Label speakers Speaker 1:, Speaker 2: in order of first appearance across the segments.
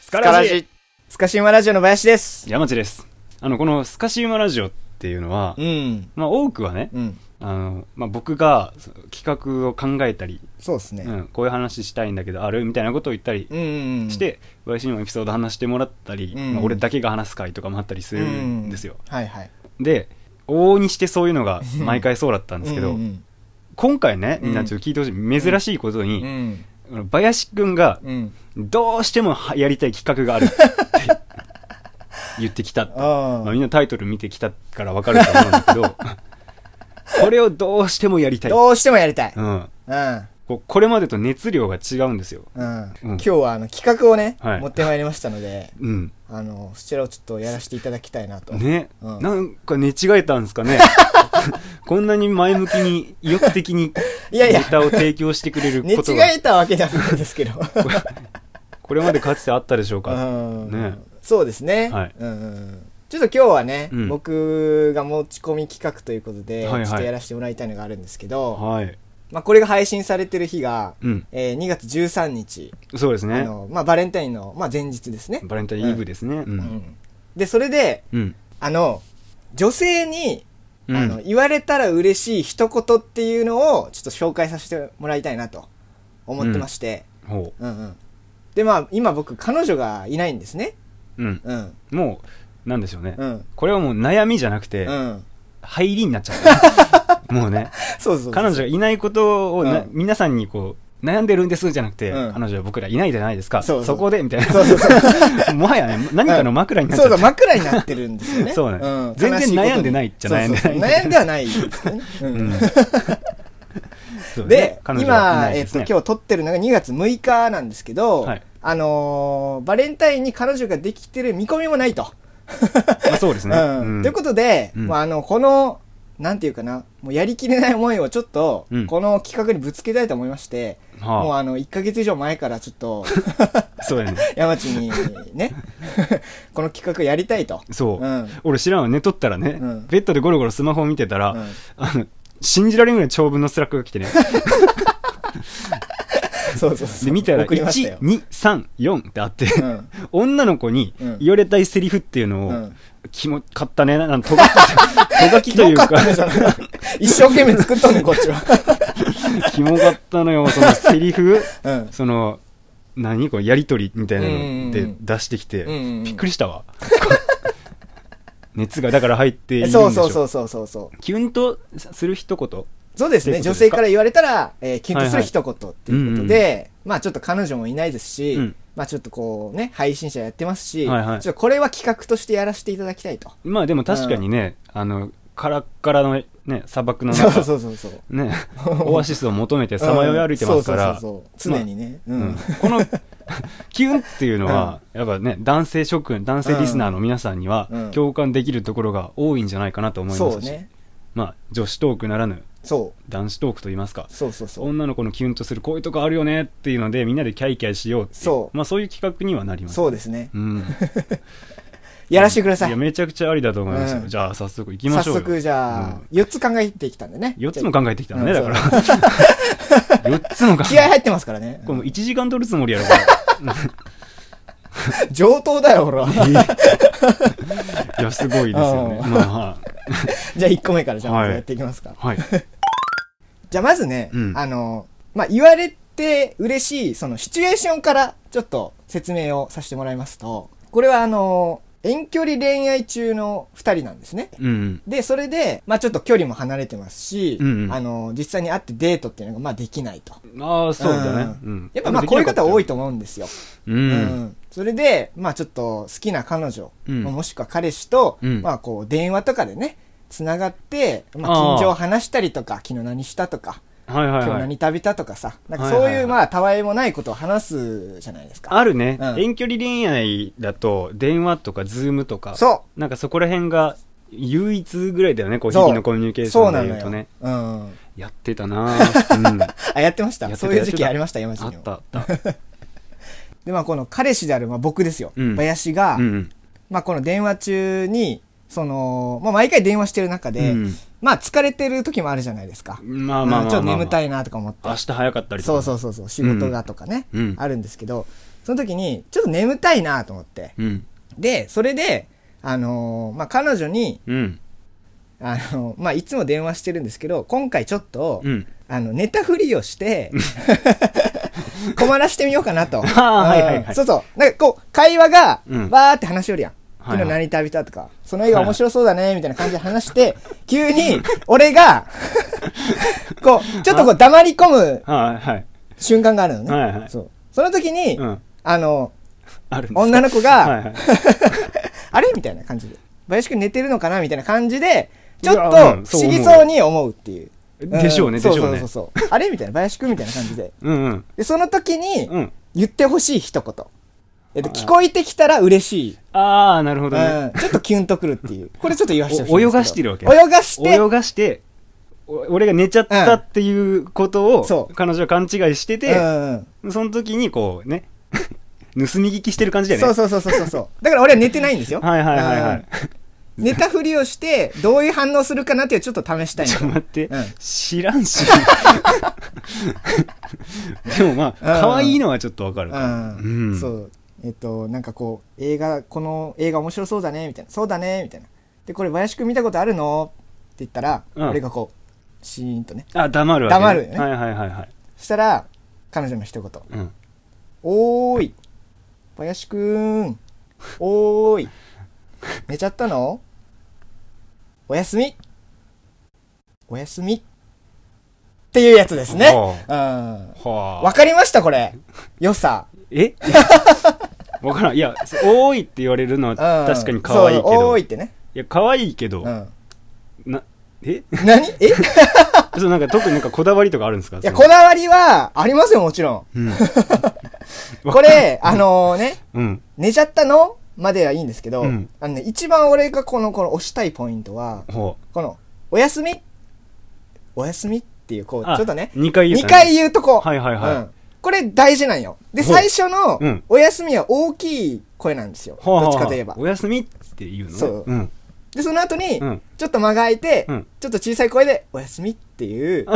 Speaker 1: スカラジ
Speaker 2: スカシウマラジオの林です。
Speaker 1: 山地です。あの、このスカシウマラジオっていうのは
Speaker 2: う、ん。
Speaker 1: まあ多くはね、
Speaker 2: うん。
Speaker 1: あの、まあ僕がその企画を考えたり、
Speaker 2: そうですね。
Speaker 1: うん、こういう話したいんだけど、あるみたいなことを言ったり
Speaker 2: うん。うんうん
Speaker 1: して、私にもエピソード話してもらったり、
Speaker 2: うん
Speaker 1: まあ俺だけが話す回とかもあったりするんですよ。
Speaker 2: うはいはい。
Speaker 1: で、往々にしてそういうのが毎回そうだったんですけど、
Speaker 2: うんうん
Speaker 1: 今回ね、みんなちょっと聞いてほしい。珍しいこと
Speaker 2: う
Speaker 1: に、
Speaker 2: ん。
Speaker 1: あの林くんが
Speaker 2: うん。
Speaker 1: どうしてもはやりたい企画があるって 言ってきたって
Speaker 2: あ
Speaker 1: まあ、
Speaker 2: あ
Speaker 1: みんなタイトル見てきたから分かると思うんだけ どこれをどうしてもやりたい、
Speaker 2: どうしてもやりたい。
Speaker 1: うん、
Speaker 2: うん。
Speaker 1: こうこれまでと熱量が違うんですよ、
Speaker 2: うん。
Speaker 1: うん
Speaker 2: 今日はあの企画をね、
Speaker 1: はい
Speaker 2: 持ってまいりましたので、
Speaker 1: うん
Speaker 2: あの、そちらをちょっとやらせていただきたいなと。
Speaker 1: ね
Speaker 2: うん
Speaker 1: なんか寝違えたんですか ねこんなに前向きに意欲的に
Speaker 2: いやいや
Speaker 1: ネタを提供してくれる
Speaker 2: 寝違
Speaker 1: ことが
Speaker 2: えたわけじゃないんです けど。
Speaker 1: これまでかつてあったでしょうか、
Speaker 2: うん
Speaker 1: ね
Speaker 2: そうですね。
Speaker 1: はい
Speaker 2: うんうんちょっと今日はね、
Speaker 1: うん
Speaker 2: 僕が持ち込み企画ということで、
Speaker 1: はいはい
Speaker 2: ちょっとやらせてもらいたいのがあるんですけど、
Speaker 1: はい
Speaker 2: まあ、これが配信されてる日が、
Speaker 1: うん
Speaker 2: えー2月13日、
Speaker 1: そうです
Speaker 2: あ
Speaker 1: ね
Speaker 2: のまあ、バレンタインの、まあ、前日ですね、
Speaker 1: バレンタインイブですねう
Speaker 2: うんん、でそれで
Speaker 1: うん
Speaker 2: あの女性に、
Speaker 1: うん
Speaker 2: あの言われたら嬉しい一言っていうのをちょっと紹介させてもらいたいなと思ってまして、
Speaker 1: ほ
Speaker 2: うんうんでまあ今僕彼女がいないんですね
Speaker 1: う、うん、
Speaker 2: うん
Speaker 1: もうなんでしょうね、
Speaker 2: うん
Speaker 1: これはもう悩みじゃなくて、
Speaker 2: うん
Speaker 1: 入りになっちゃった。もうね、
Speaker 2: そうそうそう
Speaker 1: 彼女がいないことをな、
Speaker 2: うん
Speaker 1: 皆さんにこう、悩んでるんですじゃなくて、
Speaker 2: うん
Speaker 1: 彼女は僕らいないじゃないですか。
Speaker 2: そうそう
Speaker 1: こで、みたい
Speaker 2: そうそうそう
Speaker 1: な。 もはやね、何かの枕になっち
Speaker 2: そ
Speaker 1: ゃ
Speaker 2: う
Speaker 1: った。
Speaker 2: そう枕になってるんですよね
Speaker 1: そうね
Speaker 2: ん
Speaker 1: 全然
Speaker 2: 悲しいことに
Speaker 1: 悩んでないっちゃ悩んでない
Speaker 2: そうそうそう悩んではないですよね、うん
Speaker 1: うんそうね
Speaker 2: で、
Speaker 1: 彼女はい
Speaker 2: 今
Speaker 1: ない
Speaker 2: え
Speaker 1: で
Speaker 2: っ
Speaker 1: す
Speaker 2: と、
Speaker 1: ね
Speaker 2: 今日撮ってるのが2月6日なんですけど、
Speaker 1: はい
Speaker 2: あのーバレンタインに彼女ができてる見込みもないと。
Speaker 1: まあそうですね。
Speaker 2: うん
Speaker 1: うん
Speaker 2: ということで、
Speaker 1: うん
Speaker 2: まあ、あの、この、なんていうかな、もうやりきれない思いをちょっと、
Speaker 1: うん
Speaker 2: この企画にぶつけたいと思いまして、
Speaker 1: はあ
Speaker 2: もうあの、1ヶ月以上前からちょっと、
Speaker 1: そうやね。
Speaker 2: 山地にね、 この企画やりたいと。
Speaker 1: そう。
Speaker 2: うん
Speaker 1: 俺知らんわ、寝とったらね、
Speaker 2: うん
Speaker 1: ベッドでゴロゴロスマホを見てたら、
Speaker 2: うん
Speaker 1: あの、信じられんぐらい長文のスラックが来 てね。
Speaker 2: そうそうそう。
Speaker 1: で、見たら、
Speaker 2: 送りましたよ
Speaker 1: 1、。2、3、4ってあって、
Speaker 2: うん
Speaker 1: 女の子に
Speaker 2: うん
Speaker 1: 言われたいセリフっていうのを、
Speaker 2: うん
Speaker 1: キモかったね、なんとがき、 とがきというか、
Speaker 2: キモったねじゃない一生懸命作っとんねん、こっ ちは。
Speaker 1: キモかったのよ、そ のセリフ、
Speaker 2: うん。
Speaker 1: その、何これやりとりみたいなので
Speaker 2: うんうんうん
Speaker 1: 出してきて、
Speaker 2: うんうんうん
Speaker 1: びっくりしたわ。 熱がだから入っているんでし
Speaker 2: そ
Speaker 1: ょ
Speaker 2: うそうそうそうそうそう。
Speaker 1: キュンとする一言。
Speaker 2: そうですね。
Speaker 1: という
Speaker 2: 女
Speaker 1: ことです
Speaker 2: 性
Speaker 1: か
Speaker 2: から言われたら、えー、キュンとす
Speaker 1: はいは
Speaker 2: る
Speaker 1: い
Speaker 2: 一言っていうことで、まあちょっと彼女もいないですし、
Speaker 1: うん
Speaker 2: まあちょっとこうね、配信者やってますし、
Speaker 1: はいはい
Speaker 2: ちょっとこれは企画としてやらせていただきたいと。
Speaker 1: まあでも確かにね、あの、カラッカラのね、砂漠の
Speaker 2: そう
Speaker 1: 中、
Speaker 2: そうそうそう。
Speaker 1: ね、オアシスを求めてさまよい歩いてますから、
Speaker 2: うんそうそうそうそう常にね。う
Speaker 1: うんん。この キュンっていうのは、やっぱね男性諸君男性リスナーの皆さんには
Speaker 2: うん
Speaker 1: 共感できるところが多いんじゃないかなと思いま
Speaker 2: そう
Speaker 1: すし、
Speaker 2: ね。
Speaker 1: まあ、女子トークならぬ
Speaker 2: そう。
Speaker 1: 男子トークといいますか
Speaker 2: そうそうそう。
Speaker 1: 女の子のキュンとするこういうとこあるよねっていうのでみんなでキャイキャイしようってい
Speaker 2: そう
Speaker 1: まあ、そういう企画にはなります
Speaker 2: そうですね。
Speaker 1: うん、
Speaker 2: やらせてくだ さ
Speaker 1: い
Speaker 2: い
Speaker 1: や。めちゃくちゃありだと思いますよ、
Speaker 2: うん
Speaker 1: じゃあ早速行きま
Speaker 2: 早
Speaker 1: しょうよ
Speaker 2: 速じゃあ、4つ考えてきたんでね。
Speaker 1: 4つも考えてきたのね、
Speaker 2: うん
Speaker 1: だ から4つも考え
Speaker 2: 気合入ってますからね。
Speaker 1: これも1時間取るつもりやろこれ
Speaker 2: 上等だよ、ほら。 じゃ
Speaker 1: いやすごいですよね
Speaker 2: う
Speaker 1: まあは
Speaker 2: あ1個目からじゃあまず
Speaker 1: はい
Speaker 2: やっていきますか。
Speaker 1: い、はい、
Speaker 2: じゃあまずね、
Speaker 1: うん
Speaker 2: あの、まあ、言われて嬉しい、そのシチュエーションからちょっと説明をさせてもらいますと、これはあの、遠距離恋愛中の二人なんですね。
Speaker 1: うん
Speaker 2: で、それで、まあ、ちょっと距離も離れてますし、
Speaker 1: うんうん
Speaker 2: あの、実際に会ってデートっていうのが、まあ、できないと。
Speaker 1: ああ、そうだね。
Speaker 2: う
Speaker 1: うんん。
Speaker 2: やっぱまあ、こういう方多い
Speaker 1: と。
Speaker 2: と思うんですよ。
Speaker 1: う。
Speaker 2: うんそれで、まあ、ちょっと好きな彼女、
Speaker 1: うん
Speaker 2: もしくは彼氏と、
Speaker 1: うん
Speaker 2: まあ、こう、電話とかでね、つながって、まあ、
Speaker 1: あー
Speaker 2: 近所を話したりとか、昨日何したとか、
Speaker 1: はいはい
Speaker 2: 今日
Speaker 1: はい。
Speaker 2: 何食べたとかさ、なんか
Speaker 1: はいはい
Speaker 2: そ
Speaker 1: はい
Speaker 2: ういう、まあ、たわいもないことを話すじゃないですか。
Speaker 1: あるね、
Speaker 2: うん
Speaker 1: 遠距離恋愛だと、電話とか、ズームとか。
Speaker 2: そ
Speaker 1: なんかそこら辺が、唯一ぐらいだよね、こう、日
Speaker 2: そう
Speaker 1: 々のコミュニケー
Speaker 2: う、
Speaker 1: シ
Speaker 2: そう
Speaker 1: ョ
Speaker 2: な
Speaker 1: ン
Speaker 2: の
Speaker 1: で言うと
Speaker 2: よ
Speaker 1: ね。。
Speaker 2: うん。
Speaker 1: やってたな ぁ。うん。あっ
Speaker 2: あ、やってまし
Speaker 1: や
Speaker 2: た。
Speaker 1: ってた
Speaker 2: そうい
Speaker 1: や
Speaker 2: う時
Speaker 1: って
Speaker 2: 期
Speaker 1: た
Speaker 2: ありました、山地にも。
Speaker 1: たあった。
Speaker 2: で、まあ、この彼氏である、まあ、僕ですよ。
Speaker 1: うん
Speaker 2: 林が、
Speaker 1: うんうん。
Speaker 2: まあ、この電話中に、その、まあ、毎回電話してる中で、
Speaker 1: うん
Speaker 2: まあ、疲れてる時もあるじゃないですか。
Speaker 1: まあまあまあまあまあ。
Speaker 2: うんちょっと眠た
Speaker 1: い。
Speaker 2: いなとか思って
Speaker 1: 明。日早かったりと
Speaker 2: そ
Speaker 1: か。
Speaker 2: うそうそうそう、仕事がとかね、
Speaker 1: うん
Speaker 2: あるんですけど、その時に、ちょっと眠たいなと思って。
Speaker 1: うん。
Speaker 2: で、それで、あのーまあ、彼女に、
Speaker 1: うん。
Speaker 2: あのーまあ、いつも電話してるんですけど、今回ちょっと、
Speaker 1: うん。
Speaker 2: あの、寝たふり をして、困らしてみようかなと。
Speaker 1: あーはいはいはい
Speaker 2: うんそうそう。なんかこう、会話が、
Speaker 1: うん
Speaker 2: わーって話しよるやん。
Speaker 1: はいは
Speaker 2: 昨
Speaker 1: い
Speaker 2: 日何食べたとか、その映画面白そうだね、みたいな感じで話して、急に、俺が、こう、ちょっとこう黙り込む
Speaker 1: はいはい。
Speaker 2: 瞬間があるのね。
Speaker 1: はいはい
Speaker 2: そう。その時に、
Speaker 1: うん。
Speaker 2: あの、
Speaker 1: あるんです
Speaker 2: 女の子
Speaker 1: はい
Speaker 2: が、
Speaker 1: はい。
Speaker 2: あれみたいな感じで。林くん寝てるのかなみたいな感じで、ちょっ
Speaker 1: い
Speaker 2: と
Speaker 1: やうん
Speaker 2: 不
Speaker 1: そう思
Speaker 2: 思
Speaker 1: う
Speaker 2: 議そうに思うっていう。
Speaker 1: でしょうね
Speaker 2: んそ
Speaker 1: でしょうね
Speaker 2: そうそうそう。あれみたいな、林くんみたいな感じ で。
Speaker 1: うんうん。
Speaker 2: で、その時に
Speaker 1: うん。
Speaker 2: 言ってほしい一言。えっと、聞こえてきたら嬉しい。
Speaker 1: ああ、なるほ
Speaker 2: うん、
Speaker 1: ど
Speaker 2: ち
Speaker 1: ね。
Speaker 2: ょっとキュンとくるっていう。これちょっと言わしてほしい
Speaker 1: お泳
Speaker 2: んですけど。
Speaker 1: がしてるわけ
Speaker 2: 泳がして、
Speaker 1: 泳がして、お俺が寝ちゃったっていうこと
Speaker 2: うんそ
Speaker 1: を、彼女は勘違いして
Speaker 2: う
Speaker 1: て、
Speaker 2: んうん
Speaker 1: その時にこうね、 盗み聞きしてる感じだよね。
Speaker 2: そうそうそうそうそう。だから俺は寝てないんです よ。
Speaker 1: はいはいはいは
Speaker 2: うん
Speaker 1: い。
Speaker 2: 寝たふりをして、どういう反応するかなっていうちょっと試した い
Speaker 1: ちょっと
Speaker 2: な
Speaker 1: 待って、
Speaker 2: うん
Speaker 1: 知らんし でもまあ
Speaker 2: うん
Speaker 1: 可愛いのはちょっとわかるかな
Speaker 2: う
Speaker 1: うんん
Speaker 2: そうえっとなんかこう映画この映画面白そうだねみたいなそうだねみたいなでこれ林くん見たことあるのって言ったら、
Speaker 1: うん
Speaker 2: 俺がこうシーンとね
Speaker 1: あ黙るわけ、
Speaker 2: 黙るよね
Speaker 1: はいはいはいはい、
Speaker 2: そしたら彼女の一言
Speaker 1: うん、
Speaker 2: 「おーい林くんおーい寝ちゃったのおやすみおやすみ」っていうやつですね
Speaker 1: お
Speaker 2: うん
Speaker 1: は
Speaker 2: わかりましたこれ良さ
Speaker 1: え わからんいや「多い」って言われるのは
Speaker 2: うん
Speaker 1: 確かに可愛いけ
Speaker 2: そう
Speaker 1: ど、
Speaker 2: 多い
Speaker 1: い
Speaker 2: ってね。
Speaker 1: や可愛いけど、
Speaker 2: うん。
Speaker 1: なえ
Speaker 2: 何えい
Speaker 1: そうなんか特になんかこだわりとかあるんですか
Speaker 2: や、
Speaker 1: その
Speaker 2: こだわりはありますよ、もちろ
Speaker 1: うん
Speaker 2: ん。これ、あのね、
Speaker 1: うん
Speaker 2: 寝ちゃったのまではいいんですけど、
Speaker 1: うん
Speaker 2: あのね、一番俺がこの、この押したいポイントは、
Speaker 1: ほ
Speaker 2: この、おやすみおやすみっていう、こう、
Speaker 1: う
Speaker 2: ちょっとね、
Speaker 1: 2回言う
Speaker 2: 2
Speaker 1: た
Speaker 2: 回言うとこ。
Speaker 1: はいはいはい
Speaker 2: うんこれ大事なんよ。で、
Speaker 1: ほう
Speaker 2: 最初の
Speaker 1: うん、
Speaker 2: おやすみは大きい声なんですよ。
Speaker 1: はあはあ
Speaker 2: どっちかといえば。
Speaker 1: おやすみって言うのね
Speaker 2: そう
Speaker 1: うん
Speaker 2: で、その後に、
Speaker 1: うん
Speaker 2: ちょっと間が空いて、
Speaker 1: うん
Speaker 2: ちょっと小さい声で、おやすみっ ていう、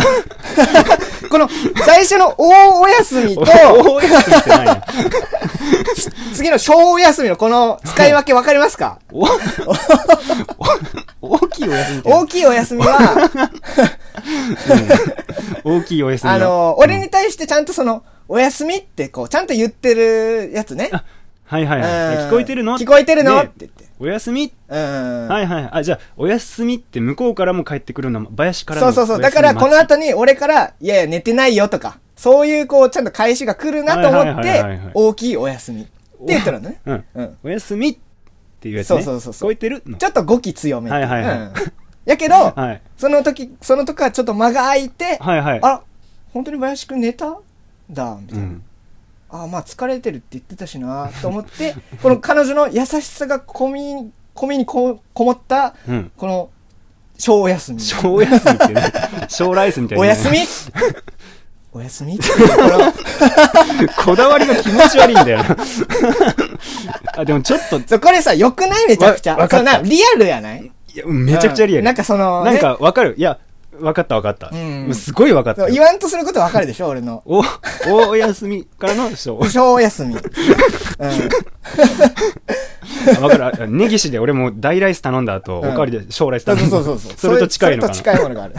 Speaker 2: この、最初の大おやすみと、
Speaker 1: おおやすみってないな
Speaker 2: 次の小おやすみのこの使い分け分かりますか
Speaker 1: おお大きいおやすみって
Speaker 2: 大きいおやすみ は、
Speaker 1: うん大きいお休み
Speaker 2: あの、
Speaker 1: うん
Speaker 2: 俺に対してちゃんとその、おやすみってこう、ちゃんと言ってるやつね。
Speaker 1: はいはいはい。
Speaker 2: うん
Speaker 1: 聞こえてるの
Speaker 2: 聞こえてるの
Speaker 1: ね
Speaker 2: って言って。
Speaker 1: おやすみ、
Speaker 2: うん。
Speaker 1: はいはいはい。あ、じゃあ、おやすみって向こうからも帰ってくるの、林から
Speaker 2: そ
Speaker 1: の
Speaker 2: うそうそう。だから、この後に俺から、いやいや、寝てないよとか、そういうこう、ちゃんと返しが来るなと思っ
Speaker 1: はいはいはいはいは
Speaker 2: て
Speaker 1: い、
Speaker 2: 大きいおやすみって言ってるのね。
Speaker 1: の。うん。
Speaker 2: うん。
Speaker 1: おやすみっていうやつね。
Speaker 2: そうそうそうそう
Speaker 1: 聞こえてるの
Speaker 2: ちょっと語気強め。
Speaker 1: はいはいはい
Speaker 2: うんやけど、
Speaker 1: はい。
Speaker 2: その時、その時はちょっと間が空いて、
Speaker 1: はいはい。
Speaker 2: あら、本当に林くん寝たんだ、みた
Speaker 1: う
Speaker 2: いな。
Speaker 1: ん。
Speaker 2: あまあ疲れてるって言ってたしな、と思って、 この彼女の優しさが込み、込みにここもった、
Speaker 1: うん。
Speaker 2: この、小お休み。
Speaker 1: 小おやすみってね。小ライスみたいな。
Speaker 2: おやすみ おやすみっていうこの
Speaker 1: こだわりが気持ち悪いんだよな。あ、でもちょっと、い
Speaker 2: そうこれさ、良くないめちゃくちゃ。
Speaker 1: わわか
Speaker 2: そ
Speaker 1: っ
Speaker 2: う
Speaker 1: た
Speaker 2: なリアルやない
Speaker 1: やめちゃくちゃリア
Speaker 2: う
Speaker 1: ル。
Speaker 2: んなんかその、
Speaker 1: なん
Speaker 2: ね
Speaker 1: かわかる。いや、わかったわかった。
Speaker 2: うん
Speaker 1: すごいわかっ
Speaker 2: そ
Speaker 1: た
Speaker 2: う。言わんとすることわかるでしょ、俺の。
Speaker 1: お、おおやすみからの小
Speaker 2: 小お 休み。うん。
Speaker 1: わかるあ。根岸で俺も大ライス頼んだ後、
Speaker 2: うん
Speaker 1: おかわりで小ライス
Speaker 2: そう
Speaker 1: 頼んだ。
Speaker 2: そうそうそう。
Speaker 1: それと近いのかな。
Speaker 2: それと近いものがある。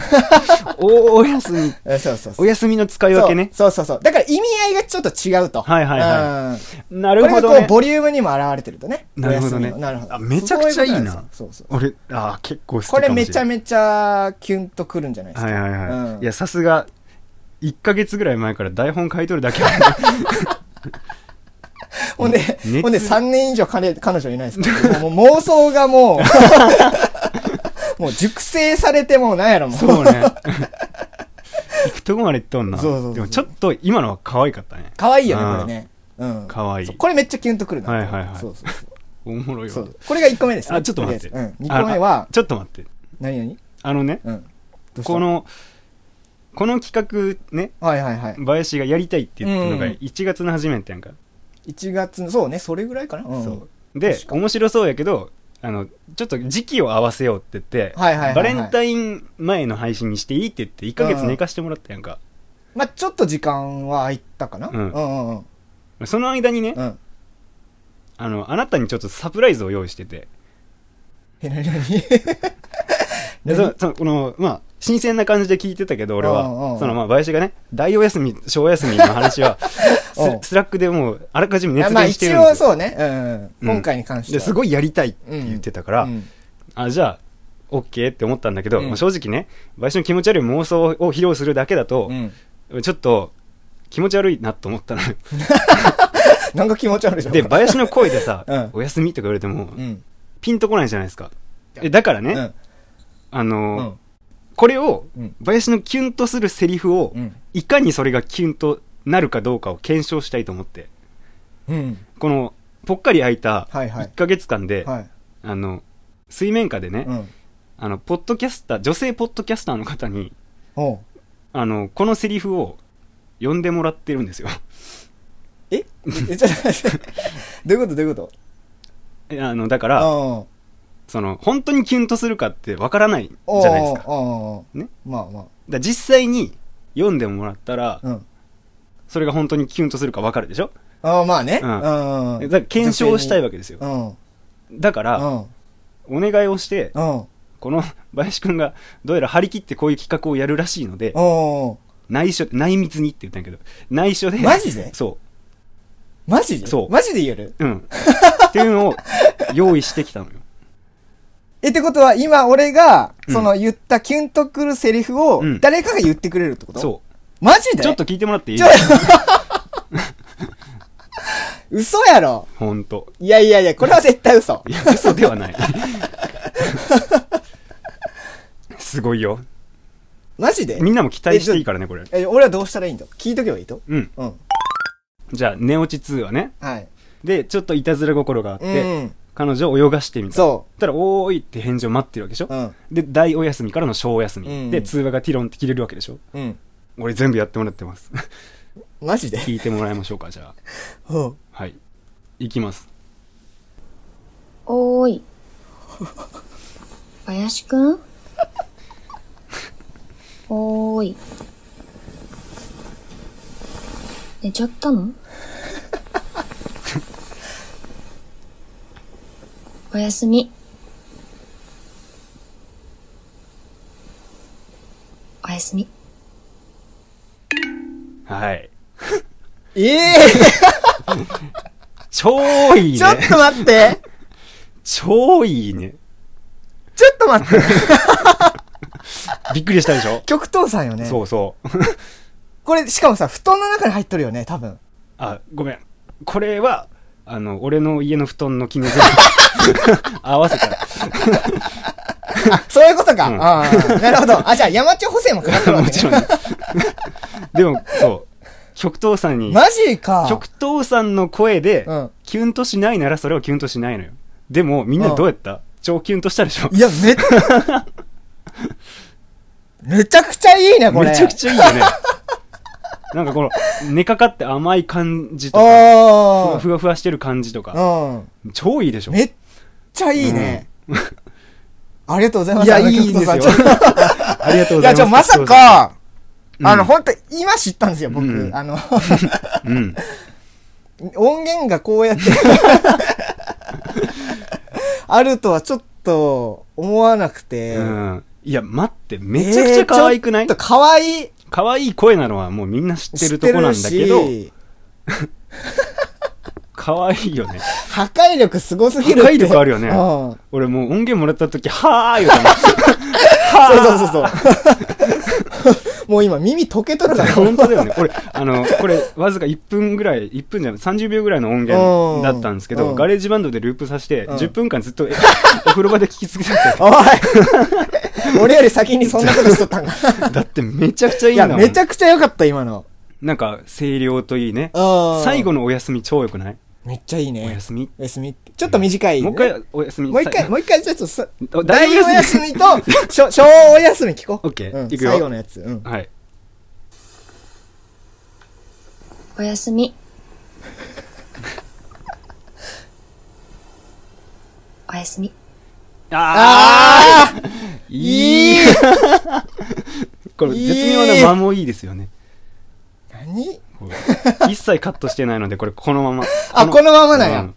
Speaker 1: おおやすみ。
Speaker 2: うんそうそうそう
Speaker 1: お。やすみの使い分けね。
Speaker 2: そうそうそうそう。だから意味合いがちょっと違うと。。
Speaker 1: はいはいはいな
Speaker 2: こ
Speaker 1: る
Speaker 2: れ
Speaker 1: ほ
Speaker 2: が
Speaker 1: ど
Speaker 2: こう、
Speaker 1: ね。
Speaker 2: ボリュームにも表れてるとね。
Speaker 1: なるほどね
Speaker 2: お休みのなるほど。
Speaker 1: あめちゃくちゃいいな
Speaker 2: そううことんですよそうそう。
Speaker 1: 俺、あー結構好きか
Speaker 2: こ
Speaker 1: もしれ
Speaker 2: れ
Speaker 1: ない。
Speaker 2: めちゃめちゃキュンとくるんじゃないです
Speaker 1: は
Speaker 2: か。
Speaker 1: いはいはい。
Speaker 2: うん
Speaker 1: いや、さすが、1ヶ月ぐらい前から台本書いとる だけある
Speaker 2: ほんで
Speaker 1: 熱、
Speaker 2: ほんで3年以上彼彼女いないですから、もうもう妄想がも う、もう熟成されてもうなんやろもう。
Speaker 1: そうね。行くとこまで行っとんな。
Speaker 2: そうそうそう
Speaker 1: でもちょっと今のは可愛かったね。
Speaker 2: 可愛いよね、これね。うん。
Speaker 1: 可愛い
Speaker 2: そうこれめっちゃキュンとくるな。
Speaker 1: はいはいはい
Speaker 2: そうそうそう
Speaker 1: おもろい
Speaker 2: そ
Speaker 1: わ
Speaker 2: う。。これが1個目ですね。
Speaker 1: あ、ちょっと待って。
Speaker 2: りあえずうん。
Speaker 1: あ
Speaker 2: 2個目は
Speaker 1: あ、ちょっと待って。
Speaker 2: 何々
Speaker 1: あのね、
Speaker 2: うん。どうした
Speaker 1: こ、の、この企画ね、
Speaker 2: はいはいはい。
Speaker 1: 林がやりたいって言ったのが
Speaker 2: うん
Speaker 1: 1月の初めてやんか、
Speaker 2: 1月の、そうね、それぐらいかな。うん
Speaker 1: そうで
Speaker 2: 確か
Speaker 1: 面白そうやけどあのちょっと時期を合わせようって言って、
Speaker 2: はいはいはいはい
Speaker 1: バレンタイン前の配信にしていいって言って1ヶ月寝かしてもらったやんか、
Speaker 2: まあちょっと時間は空いたかな。
Speaker 1: うん
Speaker 2: うんうん。
Speaker 1: その間にね、
Speaker 2: うん。
Speaker 1: あの、あなたにちょっとサプライズを用意してて、
Speaker 2: え、なに
Speaker 1: で
Speaker 2: なに
Speaker 1: そそこの、まあ、新鮮な感じで聞いてたけど、俺
Speaker 2: うんうんう
Speaker 1: は。
Speaker 2: ん
Speaker 1: その、まあ、林がね、大お休み、小休みの話 は、
Speaker 2: うん
Speaker 1: ススラックでもう、あらかじめ
Speaker 2: あ
Speaker 1: 熱
Speaker 2: まあ
Speaker 1: 弁して
Speaker 2: 一
Speaker 1: るんで
Speaker 2: 応
Speaker 1: すよ。
Speaker 2: そうね。うんうん。今回に関しては。
Speaker 1: です
Speaker 2: い
Speaker 1: ごいやりたいって言ってたから、
Speaker 2: うん
Speaker 1: あ、じゃあ、オッケーって思ったんだけど、
Speaker 2: うん
Speaker 1: まあ正直ね、林の気持ち悪い妄想を披露するだけだと
Speaker 2: う、ん。
Speaker 1: ちょっと、気持ち悪いなと思ったのよ。
Speaker 2: なんか気持ち悪いじゃん。
Speaker 1: で、林の声でさ、
Speaker 2: うん
Speaker 1: お休みとか言われても、
Speaker 2: うん。
Speaker 1: ピンとこないじゃないですか。えだからね、
Speaker 2: うん。
Speaker 1: あ
Speaker 2: う
Speaker 1: のー
Speaker 2: ん。
Speaker 1: これを、
Speaker 2: うん
Speaker 1: 林のキュンとするセリフを、
Speaker 2: うん。
Speaker 1: いかにそれがキュンとなるかどうかを検証したいと思って、
Speaker 2: うん。
Speaker 1: この、ぽっかり空いた
Speaker 2: はいはい
Speaker 1: 1ヶ月間で、
Speaker 2: はい。
Speaker 1: あの、水面下でね、
Speaker 2: うん。
Speaker 1: あの、ポッドキャスター、女性ポッドキャスターの方に、
Speaker 2: おう
Speaker 1: あの、このセリフを呼んでもらってるんですよ。
Speaker 2: え え、ちょっと待って。どういうことどういうこと
Speaker 1: えあの、だから、
Speaker 2: あ
Speaker 1: その、本当にキュンとするかってわからないじ
Speaker 2: あ。
Speaker 1: ゃないですか。だか
Speaker 2: ああ。
Speaker 1: ね。
Speaker 2: まあま
Speaker 1: ら実際に読んでもらったら
Speaker 2: あ。、うん。
Speaker 1: それが本当にキュンとするかわかるでしょ
Speaker 2: ああ、まあね。
Speaker 1: う
Speaker 2: うんん。
Speaker 1: だから検証したいわ
Speaker 2: け。
Speaker 1: けですよ。
Speaker 2: うん。うん。
Speaker 1: だから、
Speaker 2: う
Speaker 1: お願いをして、
Speaker 2: ん。
Speaker 1: この 林くんがどうやら張り切ってこういう企画をやるらしいので、
Speaker 2: おう
Speaker 1: 内緒、内密にって言ったんやけど、内緒で、
Speaker 2: マジで
Speaker 1: そ
Speaker 2: マジで
Speaker 1: そう
Speaker 2: マジで言える
Speaker 1: う。うん。っていうのを用意してきたのよ。
Speaker 2: え、ってことは、今俺が、
Speaker 1: うん
Speaker 2: その言ったキュンとくるセリフを
Speaker 1: うん、
Speaker 2: 誰かが言ってくれるってこと。
Speaker 1: そう
Speaker 2: マジ
Speaker 1: う。
Speaker 2: で
Speaker 1: ちょっと、聞いてもらっていい
Speaker 2: ちょ嘘やろ
Speaker 1: ほんと。
Speaker 2: いやいやいや、これは絶対嘘。
Speaker 1: いや、嘘ではない。すごいよ。
Speaker 2: マジで
Speaker 1: みんなも期待していいからね、これ。
Speaker 2: え、俺はどうしたらいいんだ聞いとけばいいと
Speaker 1: うん。
Speaker 2: うん。
Speaker 1: じゃあ、寝落ち2はね。
Speaker 2: はい。
Speaker 1: で、ちょっといたずら心があっ
Speaker 2: う
Speaker 1: て、
Speaker 2: ん。
Speaker 1: 彼女を泳がしてみた。
Speaker 2: そ
Speaker 1: そしたら、おーいって返事を待ってるわけでしょ
Speaker 2: う。う。ん。
Speaker 1: で、大お休みからの小お休み。
Speaker 2: うん
Speaker 1: で、通話がティロンって切れるわけでしょ
Speaker 2: うん。
Speaker 1: 俺全部やってもらってます。
Speaker 2: マジで
Speaker 1: 聞いてもらいましょうか、じゃあ。
Speaker 2: うん。
Speaker 1: はい。いきます。
Speaker 3: おーい。林くんおーい。寝ちゃったのおやすみ。おやすみ。
Speaker 1: はい。
Speaker 2: ええ
Speaker 1: 超いいね
Speaker 2: ー、ちょ。っと待 って
Speaker 1: 超いいね。
Speaker 2: ちょっと待って
Speaker 1: びっくりしたでしょ、
Speaker 2: 極東さん よね。
Speaker 1: そうそう。
Speaker 2: これ、しかもさ、布団の中に入っとるよね、多分。
Speaker 1: あ、ごめん。これは、あの、俺の家の布団の絹全 部合わせたら。
Speaker 2: あ、そういうことか。
Speaker 1: うん
Speaker 2: ああ、なるほど。あ、じゃあ、山地補正もかかってるわけ、ね、
Speaker 1: もちろん、ね。でも、 そう。極東さんに、
Speaker 2: マジか。
Speaker 1: 極東さんの声で、
Speaker 2: うん
Speaker 1: キュンとしないならそれはキュンとしないのよ。でも、みんなどうやった、超キュンとしたでしょ
Speaker 2: いや、めっ、めちゃくちゃいいね、これ。
Speaker 1: めちゃくちゃいいよね。なんかこの、寝かかって甘い感じとか、
Speaker 2: あ
Speaker 1: ふわふわしてる感じとか、
Speaker 2: あ。うん。
Speaker 1: 超いいでしょ。
Speaker 2: めっちゃいいね。ありがとうございます。
Speaker 1: いや、
Speaker 2: あの
Speaker 1: いいんですよ
Speaker 2: 曲とさちょっ。
Speaker 1: ありがとう
Speaker 2: と
Speaker 1: ござい
Speaker 2: い
Speaker 1: ます。
Speaker 2: や、ちょ、まさ
Speaker 1: そう
Speaker 2: か、
Speaker 1: うん
Speaker 2: あの、本当今知ったんですよ、僕。
Speaker 1: うん
Speaker 2: あの、
Speaker 1: そう、うん。
Speaker 2: 音源がこうやって、あるとはちょっと思わなくて。
Speaker 1: うん。いや、待って、めちゃくちゃ可愛くな
Speaker 2: えー
Speaker 1: い
Speaker 2: ちょっと可愛い。
Speaker 1: 可愛い声なのはもうみんな知ってるとこなんだけど
Speaker 2: 知っ、てるし
Speaker 1: 可愛いよね。
Speaker 2: 破壊力すごすぎるって。
Speaker 1: 破壊力あるよね
Speaker 2: うん
Speaker 1: 俺もう音源もらった時、はー言うたもん
Speaker 2: そうそうそう そう。もう今耳溶けとるから。
Speaker 1: 本当だよね。俺、あの、これ、わずか1分ぐらい、1分じゃない、30秒ぐらいの音源だったんですけ
Speaker 2: う
Speaker 1: ど、
Speaker 2: ん
Speaker 1: ガレージバンドでループさせて、
Speaker 2: うん
Speaker 1: 10分間ずっとえ お風呂場で聞き続けて
Speaker 2: おい俺より先にそんなことしとったんか。
Speaker 1: た。だってめちゃくちゃい
Speaker 2: い
Speaker 1: いんだ
Speaker 2: や、
Speaker 1: もん。
Speaker 2: めちゃくちゃ良かった、今の。
Speaker 1: なんか、声量といいね。
Speaker 2: うん
Speaker 1: 最後のお休み超良くない
Speaker 2: めっちゃいいね。
Speaker 1: お休み。
Speaker 2: お休みって。ちょっと短い、ね。
Speaker 1: もう一回お休み。
Speaker 2: もう一回、
Speaker 1: さ
Speaker 2: もう一回、ちょっとさ
Speaker 1: お、大
Speaker 2: 大
Speaker 1: お
Speaker 2: お
Speaker 1: 休
Speaker 2: 休
Speaker 1: み
Speaker 2: みと、小小お休み聞こう。
Speaker 1: オッケー
Speaker 2: うん
Speaker 1: いくよ
Speaker 2: 最後のやつ。うん。
Speaker 1: はい。
Speaker 3: おやすみ。おやすみ。
Speaker 1: あ
Speaker 2: あー
Speaker 1: ー
Speaker 2: いい
Speaker 1: これ、絶妙な間もいいですよね。
Speaker 2: 何
Speaker 1: こ僕一切カットしてないのでこれこのまま
Speaker 2: あ、このままなんや。
Speaker 1: うん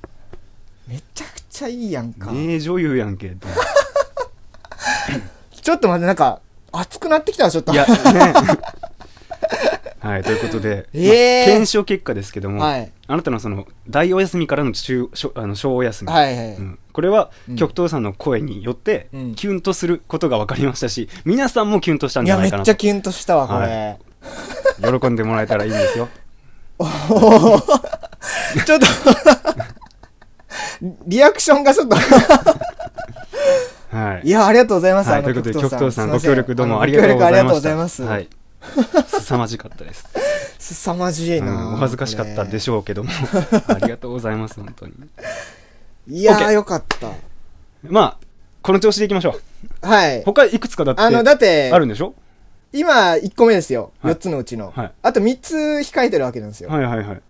Speaker 2: めちゃくちゃいいやんか。
Speaker 1: 名女優やんけって
Speaker 2: ちょっと待って、なんか、熱くなってきたわ、ちょっと。
Speaker 1: いや、ね。 はい、ということで、
Speaker 2: えー
Speaker 1: まあ検証結果ですけども、
Speaker 2: はい
Speaker 1: あなたのその大お休みからの中小あの小お休み、
Speaker 2: はいはい。
Speaker 1: うんこれは
Speaker 2: うん
Speaker 1: 極東さんの声によって、
Speaker 2: うん
Speaker 1: キュンとすることが分かりましたし、皆さんもキュンとしたん
Speaker 2: い
Speaker 1: じゃ
Speaker 2: や、
Speaker 1: な
Speaker 2: め
Speaker 1: いか
Speaker 2: っ
Speaker 1: な
Speaker 2: ち
Speaker 1: と
Speaker 2: ゃキュンとしたわ、これ。
Speaker 1: は喜んでもらえたらいいんですよ。
Speaker 2: おー ちょっと、リアクションがちょっ と、
Speaker 1: はい
Speaker 2: いや、ありがとうございます。
Speaker 1: は
Speaker 2: あ
Speaker 1: い、
Speaker 2: の
Speaker 1: ということで極東さん
Speaker 2: すいま
Speaker 1: ご
Speaker 2: せん
Speaker 1: 協力どう
Speaker 2: あ
Speaker 1: も
Speaker 2: の
Speaker 1: ありがとうご
Speaker 2: ご協力あ
Speaker 1: ざ
Speaker 2: り
Speaker 1: い
Speaker 2: がと
Speaker 1: ま
Speaker 2: うご
Speaker 1: し
Speaker 2: ざい
Speaker 1: た
Speaker 2: ます。
Speaker 1: はい、凄まじかったです、
Speaker 2: すさまじいうな、
Speaker 1: ん、お恥ずかしかったで
Speaker 2: し
Speaker 1: しょうけども ありがとうございます本当に
Speaker 2: ょ。いや
Speaker 1: OK
Speaker 2: ー、よかった。
Speaker 1: まあこの調子でいきましょう
Speaker 2: はい。
Speaker 1: 他いくつかだって
Speaker 2: あの、だって
Speaker 1: あ、るんでしょ
Speaker 2: 今、1個目ですよ。
Speaker 1: はい
Speaker 2: 4つのうちの
Speaker 1: はい。
Speaker 2: あと3つ控えてるわけなんですよ。
Speaker 1: はいはいはい。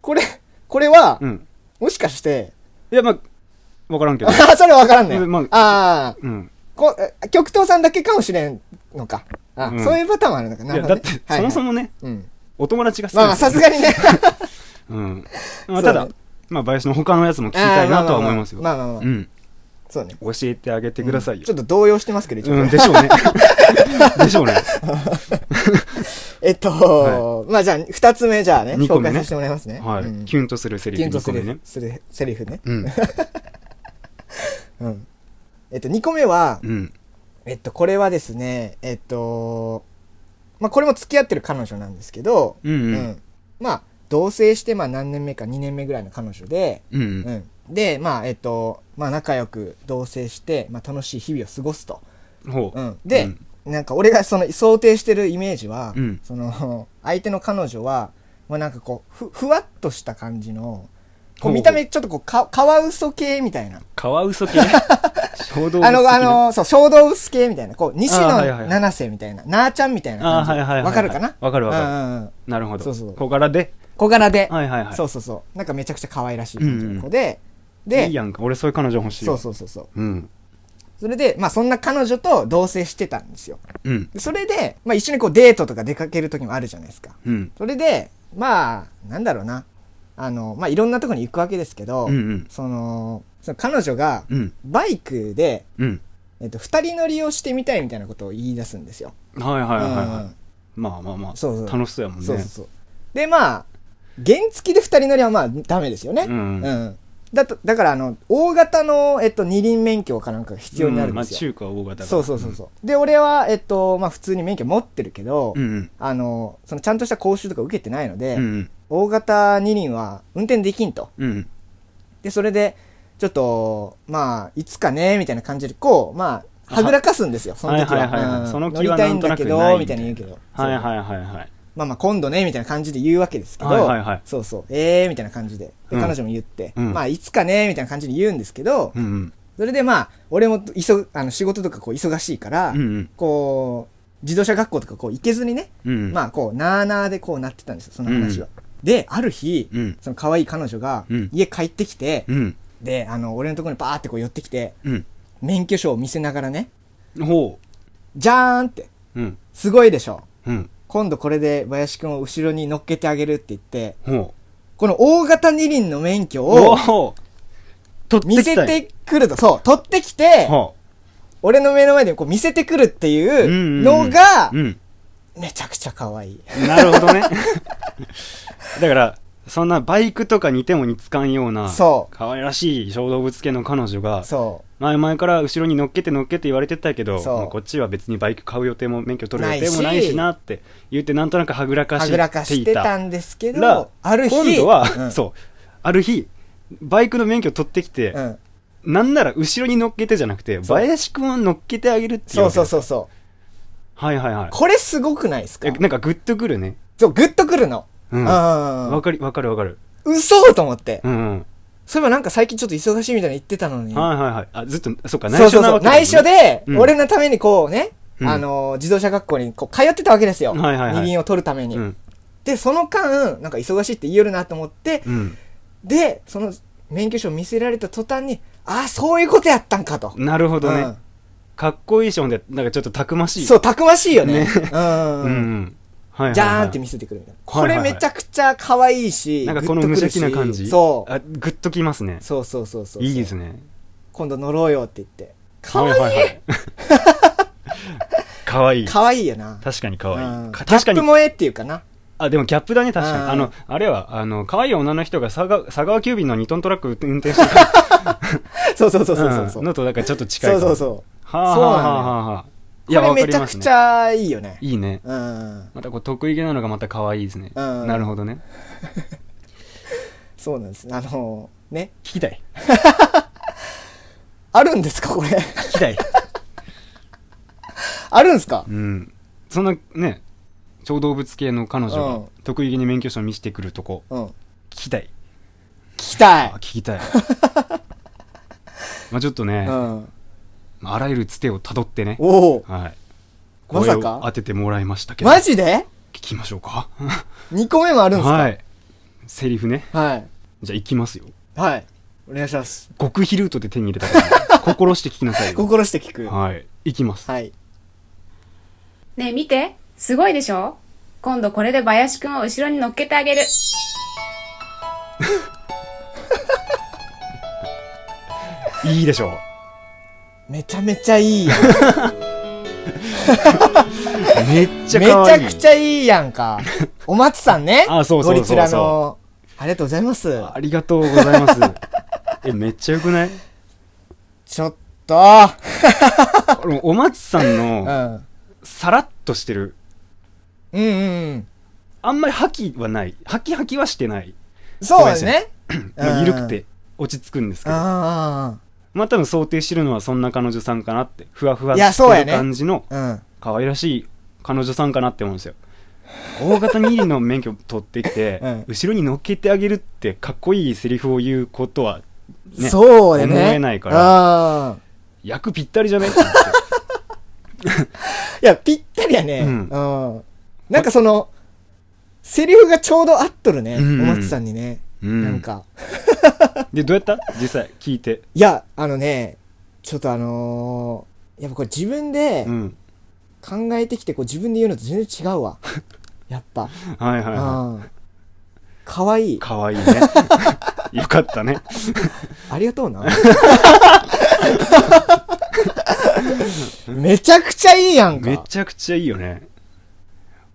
Speaker 2: これ、これは、
Speaker 1: うん。
Speaker 2: もしかして、
Speaker 1: いや、まあ、わからん けど。
Speaker 2: あそれわからんね
Speaker 1: まあ
Speaker 2: ん。ああ、
Speaker 1: うん。
Speaker 2: こ、え極東さんだけかもしれんのか。あ
Speaker 1: うん
Speaker 2: そういうパターンもあるのか
Speaker 1: い
Speaker 2: な。
Speaker 1: や、
Speaker 2: るほ
Speaker 1: だ
Speaker 2: ど
Speaker 1: っ
Speaker 2: ね
Speaker 1: て、
Speaker 2: は
Speaker 1: そ
Speaker 2: いはい
Speaker 1: もそもね、
Speaker 2: うん。
Speaker 1: お友達が好き
Speaker 2: まあまあ、さす
Speaker 1: が。
Speaker 2: がにね。
Speaker 1: うん。ま
Speaker 2: そうね
Speaker 1: あ、ただ、まあ、林の他のやつも聞きたいなとは思いますよ。
Speaker 2: まあまあまあまあ
Speaker 1: う
Speaker 2: まあ、
Speaker 1: ん。
Speaker 2: そうね。
Speaker 1: 教えてあげてくださいよ
Speaker 2: ちょ。っと動揺してますけど、一応
Speaker 1: うん、でしょう ね。でしょうね。
Speaker 2: えっと、まあじゃあ、二つ目じゃあね、
Speaker 1: 二個
Speaker 2: 紹
Speaker 1: 目
Speaker 2: 介
Speaker 1: ね
Speaker 2: させてもらいますね。
Speaker 1: は
Speaker 2: うん
Speaker 1: い。
Speaker 2: キ
Speaker 1: キュンとするセリフ
Speaker 2: ュンと
Speaker 1: 2
Speaker 2: す
Speaker 1: 個目ね
Speaker 2: る。するセリフね。
Speaker 1: うん。
Speaker 2: うん。えっと、二個目は、
Speaker 1: うん。
Speaker 2: えっと、これはですね、えっと、まあこれも付き合ってる彼女なんですけど、
Speaker 1: うんうん
Speaker 2: まあ、同棲して、まあ何年目か、二年目ぐらいの彼女で、
Speaker 1: うんう。
Speaker 2: うんん。で、まあ、えっと、まあ仲良く同棲して、まあ楽しい日々を過ごすと。
Speaker 1: ほう。
Speaker 2: うん、で、なんか俺がその想定してるイメージは、
Speaker 1: うん
Speaker 2: その相手の彼女は、まあ、なんかこうふふわっとした感じのこ
Speaker 1: ほ
Speaker 2: う
Speaker 1: う
Speaker 2: 見た目ちょっとこうかカワウソ系みたいな
Speaker 1: カワウソ 系衝動
Speaker 2: あのあ
Speaker 1: 好
Speaker 2: のそう小動物系みたいなこう西野
Speaker 1: あーはいはいはい
Speaker 2: 七瀬みたいななあちゃんみたいな感じ
Speaker 1: あーはいはいはいはい
Speaker 2: わかるかな
Speaker 1: わかるわかる
Speaker 2: うんうんうん
Speaker 1: きななるほど。
Speaker 2: そうそう
Speaker 1: 小柄で。
Speaker 2: 小柄で、
Speaker 1: はいはいはい。
Speaker 2: そうそうそうなんかめちゃくちゃ可愛らしい感じの子で、で
Speaker 1: いいやんか。俺そういう彼女欲しい
Speaker 2: そう
Speaker 1: わ。
Speaker 2: そうそうそう
Speaker 1: うん。
Speaker 2: それでまあそんな彼女と同棲してたんですよ
Speaker 1: うん。
Speaker 2: でそれで、まあ、一緒にこうデートとか出かける時もあるじゃないですか
Speaker 1: うん。
Speaker 2: それで、まあ、なんだろうな。あの、まあ、いろんなとこに行くわけですけど、
Speaker 1: うんうん
Speaker 2: その、その彼女が、
Speaker 1: うん。
Speaker 2: バイクで、
Speaker 1: うん。
Speaker 2: えっと、二人乗りをしてみたいみたいなことを言い出すんですよ。
Speaker 1: はいはいはいはい。
Speaker 2: うん
Speaker 1: まあまあまあ、
Speaker 2: そうそう
Speaker 1: 楽しそうやもんね。
Speaker 2: そうそうそう。で、まあ、原付きで二人乗りはまあ、ダメですよね。
Speaker 1: うんうん
Speaker 2: だと、だから、あの、大型の、えっと、二輪免許かなんかが必要になるん
Speaker 1: ま
Speaker 2: で
Speaker 1: あ、
Speaker 2: すよ。
Speaker 1: 中華大型
Speaker 2: そうそうそうそう。で、俺は、えっと、まあ、普通に免許持ってるけど、
Speaker 1: うん。うん
Speaker 2: あの、その、ちゃんとした講習とか受けてないので、
Speaker 1: うん。うん
Speaker 2: 大型二輪は運転できんと。
Speaker 1: うん。うん
Speaker 2: で、それで、ちょっと、まあ、いつかね、みたいな感じで、こう、まあ、はぐらかすんですよ、その時は。
Speaker 1: はいはいはいはい
Speaker 2: うん
Speaker 1: その
Speaker 2: 乗
Speaker 1: 気
Speaker 2: り
Speaker 1: は
Speaker 2: た
Speaker 1: ないん
Speaker 2: ん
Speaker 1: と
Speaker 2: だ
Speaker 1: な
Speaker 2: け
Speaker 1: く
Speaker 2: ど、
Speaker 1: ない
Speaker 2: みたいに言うけど。
Speaker 1: はい
Speaker 2: そう
Speaker 1: はいはいはい。
Speaker 2: まあまあ、今度ね、みたいな感じで言うわけですけど、
Speaker 1: はいはいはい
Speaker 2: そうそう、えー、みたいな感じで。で
Speaker 1: うん
Speaker 2: 彼女も言って、
Speaker 1: うん
Speaker 2: まあ、いつかね、みたいな感じで言うんですけど、
Speaker 1: うんうん。
Speaker 2: それでまあ、俺も急、あの、仕事とかこう、忙しいから、
Speaker 1: うんうん
Speaker 2: こう、自動車学校とかこう、行けずにね、
Speaker 1: うん。
Speaker 2: まあ、こう、なーなーでこうなってたんですよ、その話は。で、ある日、
Speaker 1: うん
Speaker 2: その可愛い彼女が
Speaker 1: うん、
Speaker 2: 家帰ってきて、
Speaker 1: うん。
Speaker 2: で、あの、俺のところにバーってこう寄ってきて、
Speaker 1: うん。
Speaker 2: 免許証を見せながらね、
Speaker 1: ほ
Speaker 2: じゃーんって、
Speaker 1: う。うん。
Speaker 2: すごいでしょ。
Speaker 1: うん。
Speaker 2: 今度これで林くんを後ろに乗っけてあげるって言って、
Speaker 1: ほ
Speaker 2: この大型二輪の免許
Speaker 1: う。
Speaker 2: を
Speaker 1: お取って
Speaker 2: 見
Speaker 1: きたい
Speaker 2: せてくると、そう、取ってきて、
Speaker 1: ほ
Speaker 2: 俺の目の前でこう見せてくるって
Speaker 1: う。うん
Speaker 2: いううんのが
Speaker 1: う、ん。
Speaker 2: めちゃくちゃ可愛い。
Speaker 1: なるほどね。だから、そんなバイクとかにいても似つかんような、
Speaker 2: そう
Speaker 1: 可愛らしい小動物系の彼女が、
Speaker 2: そ
Speaker 1: 前々から後ろに乗っけて乗っけて言われてたけど、
Speaker 2: そう
Speaker 1: まあこっちは別にバイク買う予定も免許取る
Speaker 2: な
Speaker 1: 予
Speaker 2: いし
Speaker 1: 定もないしなって言ってなんとなくはぐら
Speaker 2: う。
Speaker 1: か
Speaker 2: は
Speaker 1: し
Speaker 2: ぐらか
Speaker 1: て
Speaker 2: し
Speaker 1: い
Speaker 2: てた
Speaker 1: た
Speaker 2: んですけ
Speaker 1: ら
Speaker 2: ど、ある日、
Speaker 1: 今度は、
Speaker 2: うん
Speaker 1: そうある日バイクの免許取ってきて
Speaker 2: う、ん。
Speaker 1: なんなら後ろに乗っけてじゃなくて
Speaker 2: そう
Speaker 1: 林くんを乗っけてあげるっていう
Speaker 2: そうそう
Speaker 1: う
Speaker 2: そうそう。
Speaker 1: はいはいはい
Speaker 2: これすごくないですか
Speaker 1: えなんかグッとくるね
Speaker 2: そう、グッとくるの。
Speaker 1: う
Speaker 2: うんん。
Speaker 1: わかるわかるわかる
Speaker 2: 嘘と思って。
Speaker 1: うんうん
Speaker 2: そういえばなんか最近ちょっと忙しいみたいなの言ってたのに。
Speaker 1: はいはいはいあずっとそっか
Speaker 2: そう
Speaker 1: 内
Speaker 2: そ
Speaker 1: 緒なわけ
Speaker 2: うそう。
Speaker 1: だもんね
Speaker 2: 内緒で、
Speaker 1: うん
Speaker 2: 俺のためにこうね、
Speaker 1: うん
Speaker 2: あのー、自動車学校にこう通ってたわけですよ。
Speaker 1: はいはいはい
Speaker 2: 二輪を取るために。
Speaker 1: うん
Speaker 2: で、その間、なんか忙しいって言えるなと思って、
Speaker 1: うん
Speaker 2: で、その免許証見せられた途端に、ああ、そういうことやったんかと。
Speaker 1: なるほどね、
Speaker 2: うん
Speaker 1: かっこいいションでなんかちょっとたくましい
Speaker 2: そう、たくましいよね。うん。
Speaker 1: うん、はいはいはい
Speaker 2: じゃーんって見せてくるみたいな。
Speaker 1: はい
Speaker 2: こ
Speaker 1: はい
Speaker 2: れ
Speaker 1: はい
Speaker 2: めちゃくちゃ可愛いし、
Speaker 1: なんかこの
Speaker 2: グ
Speaker 1: 無
Speaker 2: ッとくるし
Speaker 1: 邪気な感じ
Speaker 2: そう
Speaker 1: あグッときますね
Speaker 2: そうそうそうそう。
Speaker 1: いいですね
Speaker 2: 今度乗ろうよって言って。可愛い
Speaker 1: はい はいはい可愛い
Speaker 2: 可愛いよな。
Speaker 1: 確かに可
Speaker 2: う
Speaker 1: 愛い
Speaker 2: ん
Speaker 1: か確か
Speaker 2: ギャップ
Speaker 1: に
Speaker 2: 萌えっていうかな。
Speaker 1: あでもギャップだね確かに
Speaker 2: うん
Speaker 1: あのあれはあの可愛い女の人が佐川佐川急便の2トントラック運転してるから
Speaker 2: そうそうそうそうそうそう。
Speaker 1: んのとだからちょっと近い
Speaker 2: そう
Speaker 1: から
Speaker 2: そうそう。
Speaker 1: はあはあはあはあ
Speaker 2: こ
Speaker 1: いや
Speaker 2: れ
Speaker 1: わか
Speaker 2: め
Speaker 1: り
Speaker 2: ちゃ
Speaker 1: ま
Speaker 2: く
Speaker 1: す
Speaker 2: ち
Speaker 1: ね
Speaker 2: ゃいいよね。
Speaker 1: いいね
Speaker 2: うん。
Speaker 1: またこう得意げなのがまた可愛いですね
Speaker 2: うん
Speaker 1: なるほどね
Speaker 2: そうなんです。あのー、ね。
Speaker 1: 聞きたい
Speaker 2: あるんですかこれ。
Speaker 1: 聞きたい
Speaker 2: あるんですか
Speaker 1: うんそんなね超動物系の彼女
Speaker 2: う
Speaker 1: が
Speaker 2: ん
Speaker 1: 得意げに免許証見せてくるとこ
Speaker 2: うん。聞
Speaker 1: 聞きたい
Speaker 2: きたい
Speaker 1: あ聞。き たいまあちょっとね
Speaker 2: うん。
Speaker 1: まああらゆるつてをたどってね
Speaker 2: おお。
Speaker 1: はい
Speaker 2: ま
Speaker 1: 声
Speaker 2: さか
Speaker 1: を当ててもらいましたけど
Speaker 2: マジで
Speaker 1: 聞きましょうか
Speaker 2: ?2 個目もあるんですか
Speaker 1: はいセリフね
Speaker 2: はい。
Speaker 1: じゃあ行きますよ
Speaker 2: はい。お願いします。
Speaker 1: 極秘ルートで手に入れた から心して聞きなさいよ
Speaker 2: 心して聞く。
Speaker 1: はい行きます
Speaker 2: はい。
Speaker 4: ねえ見て、すごいでしょ今度これで林くんを後ろに乗っけてあげる。
Speaker 1: いいでしょう
Speaker 2: めちゃめちゃいいやん。
Speaker 1: めっちゃ
Speaker 2: めち
Speaker 1: 可
Speaker 2: ゃ
Speaker 1: 愛い
Speaker 2: くちゃいいやん か。お松さんね。
Speaker 1: あそうそうそうそう
Speaker 2: ゴリチュラの。ありがとうございます。
Speaker 1: ありがとうございます えめっちゃよくない
Speaker 2: ちょっと。
Speaker 1: あのお松さん
Speaker 2: う
Speaker 1: の
Speaker 2: ん。
Speaker 1: さらっとしてる
Speaker 2: うんうん
Speaker 1: あんまり覇気はない覇気覇気はしてない、
Speaker 2: うん。そうですね。
Speaker 1: ま
Speaker 2: う
Speaker 1: あ、
Speaker 2: ん
Speaker 1: 緩くて落ち着くんですけど
Speaker 2: あ
Speaker 1: まあ多分想定してるのはそんな彼女さんかなってふわふわ
Speaker 2: いやそ
Speaker 1: し
Speaker 2: う
Speaker 1: て
Speaker 2: や
Speaker 1: る
Speaker 2: ね
Speaker 1: 感じの
Speaker 2: あ。うん。
Speaker 1: 可愛らしい彼女さんかなって思うんですよ大型二輪の免許取ってきて、
Speaker 2: うん
Speaker 1: 後ろに乗っけてあげるってかっこいいセリフを言うことはね
Speaker 2: そうだね。
Speaker 1: 思えないから
Speaker 2: ら。うん。
Speaker 1: 役ぴったりじゃないって思って
Speaker 2: いや、ぴったりやね。
Speaker 1: う
Speaker 2: うんん。なんかその、セリフがちょうど合っとるね。
Speaker 1: うんうん
Speaker 2: お松さんにね。
Speaker 1: うん
Speaker 2: なんか。
Speaker 1: でどうやった実際聞いて
Speaker 2: いや、あのね、ちょっとあのーやっぱこれ自分で
Speaker 1: うん
Speaker 2: 考えてきて、こう自分で言うのと全然違 うわ。やっぱ。
Speaker 1: はいはいは
Speaker 2: うん。かわい
Speaker 1: い
Speaker 2: い。
Speaker 1: 可愛いね よかったね
Speaker 2: ありがとうな。めちゃくちゃいいやんか。
Speaker 1: めちゃくちゃいいよね
Speaker 2: え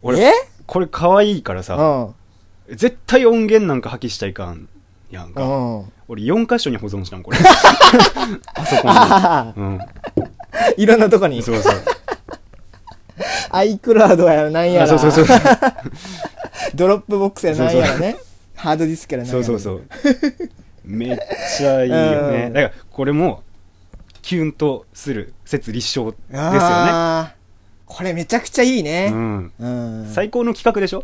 Speaker 1: 俺これ可愛いから
Speaker 2: う
Speaker 1: さ
Speaker 2: ん。
Speaker 1: 絶対音源なんか破棄したいかんやんか
Speaker 2: うん。
Speaker 1: 俺4箇所に保存したの これパソ
Speaker 2: あは
Speaker 1: コ
Speaker 2: は
Speaker 1: ンに、
Speaker 2: いろんなとこ
Speaker 1: う
Speaker 2: に
Speaker 1: ん、。そうそう
Speaker 2: iCloud やらなんや
Speaker 1: あ
Speaker 2: ら。
Speaker 1: そうそうそう
Speaker 2: ドロップボックスやなんやらね。ハードディスクやらなんや
Speaker 1: そう
Speaker 2: ら。
Speaker 1: そうそうめっちゃいいよね
Speaker 2: うん
Speaker 1: だからこれもキュンとする説立証ですよね、
Speaker 2: あーこれめちゃくちゃいいうね。
Speaker 1: ん、
Speaker 2: うん。
Speaker 1: 最高の企画でしょ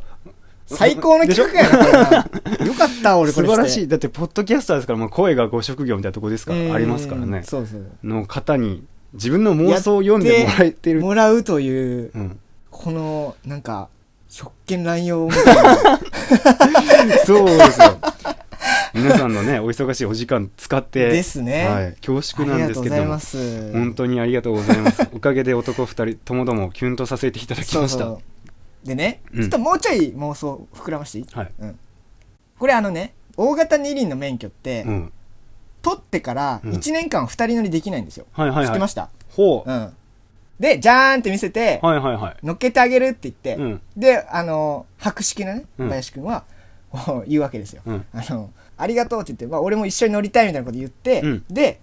Speaker 2: 最高の企画やな、これな。よかった、俺こ
Speaker 1: 素
Speaker 2: れ
Speaker 1: 晴らし
Speaker 2: い
Speaker 1: いだってポッドキャスターですから、まあ、声がご職業みたいなとこですからありますからね
Speaker 2: そうそう。
Speaker 1: の方に自分の妄想を読んでもらえてる
Speaker 2: もらうという、
Speaker 1: うん、
Speaker 2: この、なんか、職権乱用みたいな。
Speaker 1: そうですよ皆さんのねお忙しいお時間使って
Speaker 2: ですね
Speaker 1: はい、恐縮
Speaker 2: あ
Speaker 1: な
Speaker 2: り
Speaker 1: んで
Speaker 2: がと
Speaker 1: す
Speaker 2: う
Speaker 1: け
Speaker 2: ご
Speaker 1: ど
Speaker 2: ざい
Speaker 1: も
Speaker 2: ます。
Speaker 1: 本当にありがとうござい ます。おかげで男二人ともどもキュンとさせていただき
Speaker 2: そ
Speaker 1: ま
Speaker 2: う
Speaker 1: し
Speaker 2: そ
Speaker 1: た。
Speaker 2: う。でね、
Speaker 1: うん
Speaker 2: ちょっともうちょい妄想膨らましていい
Speaker 1: はい。
Speaker 2: これあのね、大型二輪の免許って、
Speaker 1: うん。
Speaker 2: 取ってから
Speaker 1: うん
Speaker 2: 1年間二人乗りできないんですよ。
Speaker 1: はいはいはい。
Speaker 2: 知ってました
Speaker 1: ほう。
Speaker 2: うん。で、じゃーんって見せて、
Speaker 1: はいはいはい。
Speaker 2: 乗っけてあげるって言って、
Speaker 1: うん
Speaker 2: で、あの、博識なね、
Speaker 1: うん
Speaker 2: 林くんは、こう言うわけですよ。
Speaker 1: うん
Speaker 2: あの、ありがとうって言って、まあ、俺も一緒に乗りたいみたいなこと言って、
Speaker 1: うん
Speaker 2: で、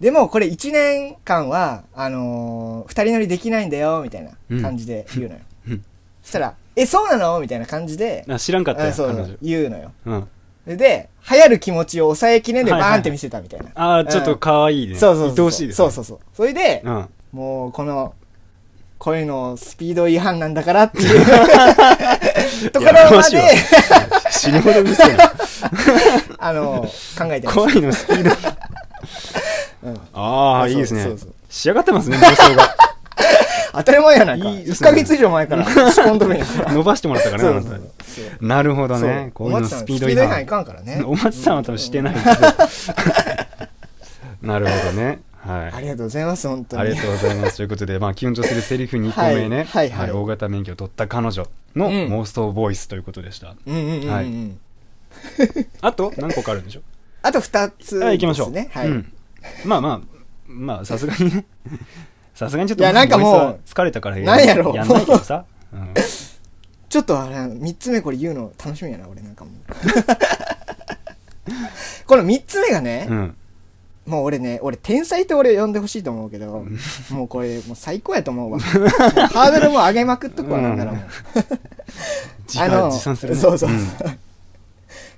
Speaker 2: でもこれ1年間は、あのー二人乗りできないんだよ、みたいな感じで言うのよ。
Speaker 1: うん
Speaker 2: そしたら、え、そうなのみたいな感じで、
Speaker 1: あ知らんかった
Speaker 2: う
Speaker 1: よ、
Speaker 2: んそ
Speaker 1: 彼
Speaker 2: う
Speaker 1: 女、
Speaker 2: 言うのよ。
Speaker 1: うん。
Speaker 2: で、流行る気持ちを抑えきれんで
Speaker 1: はいはい
Speaker 2: バーンって見せたみたいな。
Speaker 1: ああ、ちょっと可愛いね。
Speaker 2: そうそうそう。
Speaker 1: 愛おしいです、
Speaker 2: そうそうそう。それで、
Speaker 1: う。うん。
Speaker 2: もうこの、こういうのスピード違反なんだからっていう ところ
Speaker 1: やか
Speaker 2: ま
Speaker 1: しい
Speaker 2: で
Speaker 1: わ、死ぬほどうるせえな。
Speaker 2: あの、考えてます。
Speaker 1: 怖いのスピード。
Speaker 2: うん
Speaker 1: ああ、いいです
Speaker 2: そ
Speaker 1: ね
Speaker 2: うそうそう。
Speaker 1: 仕上がってますね、妄想が。
Speaker 2: 当たり前やないか。
Speaker 1: いいです
Speaker 2: 1
Speaker 1: ね
Speaker 2: ヶ月以上前から仕込んどるんやから。
Speaker 1: 伸ばしてもらったからね、あ
Speaker 2: そ
Speaker 1: な
Speaker 2: う
Speaker 1: たなるほどね。こういうの
Speaker 2: さん
Speaker 1: ス
Speaker 2: ス
Speaker 1: ピ
Speaker 2: ピ
Speaker 1: ード
Speaker 2: ード
Speaker 1: 違
Speaker 2: 違反
Speaker 1: 反
Speaker 2: い。かんからね。
Speaker 1: お松さんは多分してないけど。なるほどね。ははい
Speaker 2: ありがとうございます、本当に。
Speaker 1: ありがとうございます。ということで、まあ、キュンとするセリフ2個目ね、
Speaker 2: はいはいはい
Speaker 1: 大型免許を取った彼女の
Speaker 2: うん
Speaker 1: 妄想ボイスということでした。
Speaker 2: うんうんうんうん、
Speaker 1: はいあと、何個かあるんでしょ
Speaker 2: あと2つです、ね。
Speaker 1: はい、行きましょう。
Speaker 2: はい。
Speaker 1: うんまあまあ、まあ、さすがに ね、さすがにちょっと、
Speaker 2: いやなんかもう
Speaker 1: ボイスは疲れたから
Speaker 2: なんやろ
Speaker 1: やんないけどさ。うん
Speaker 2: ちょっとあれ、3つ目これ言うの楽しみやな、俺なんかもう。 この3つ目がね、
Speaker 1: うん。
Speaker 2: もう俺ね、俺天才って俺呼んでほしいと思うけど、もうこれもう最高やと思 うわ。もうハードルも上げまくっとくわ、なんならもう。
Speaker 1: 時間持参するね。
Speaker 2: そうそうそう。
Speaker 1: ん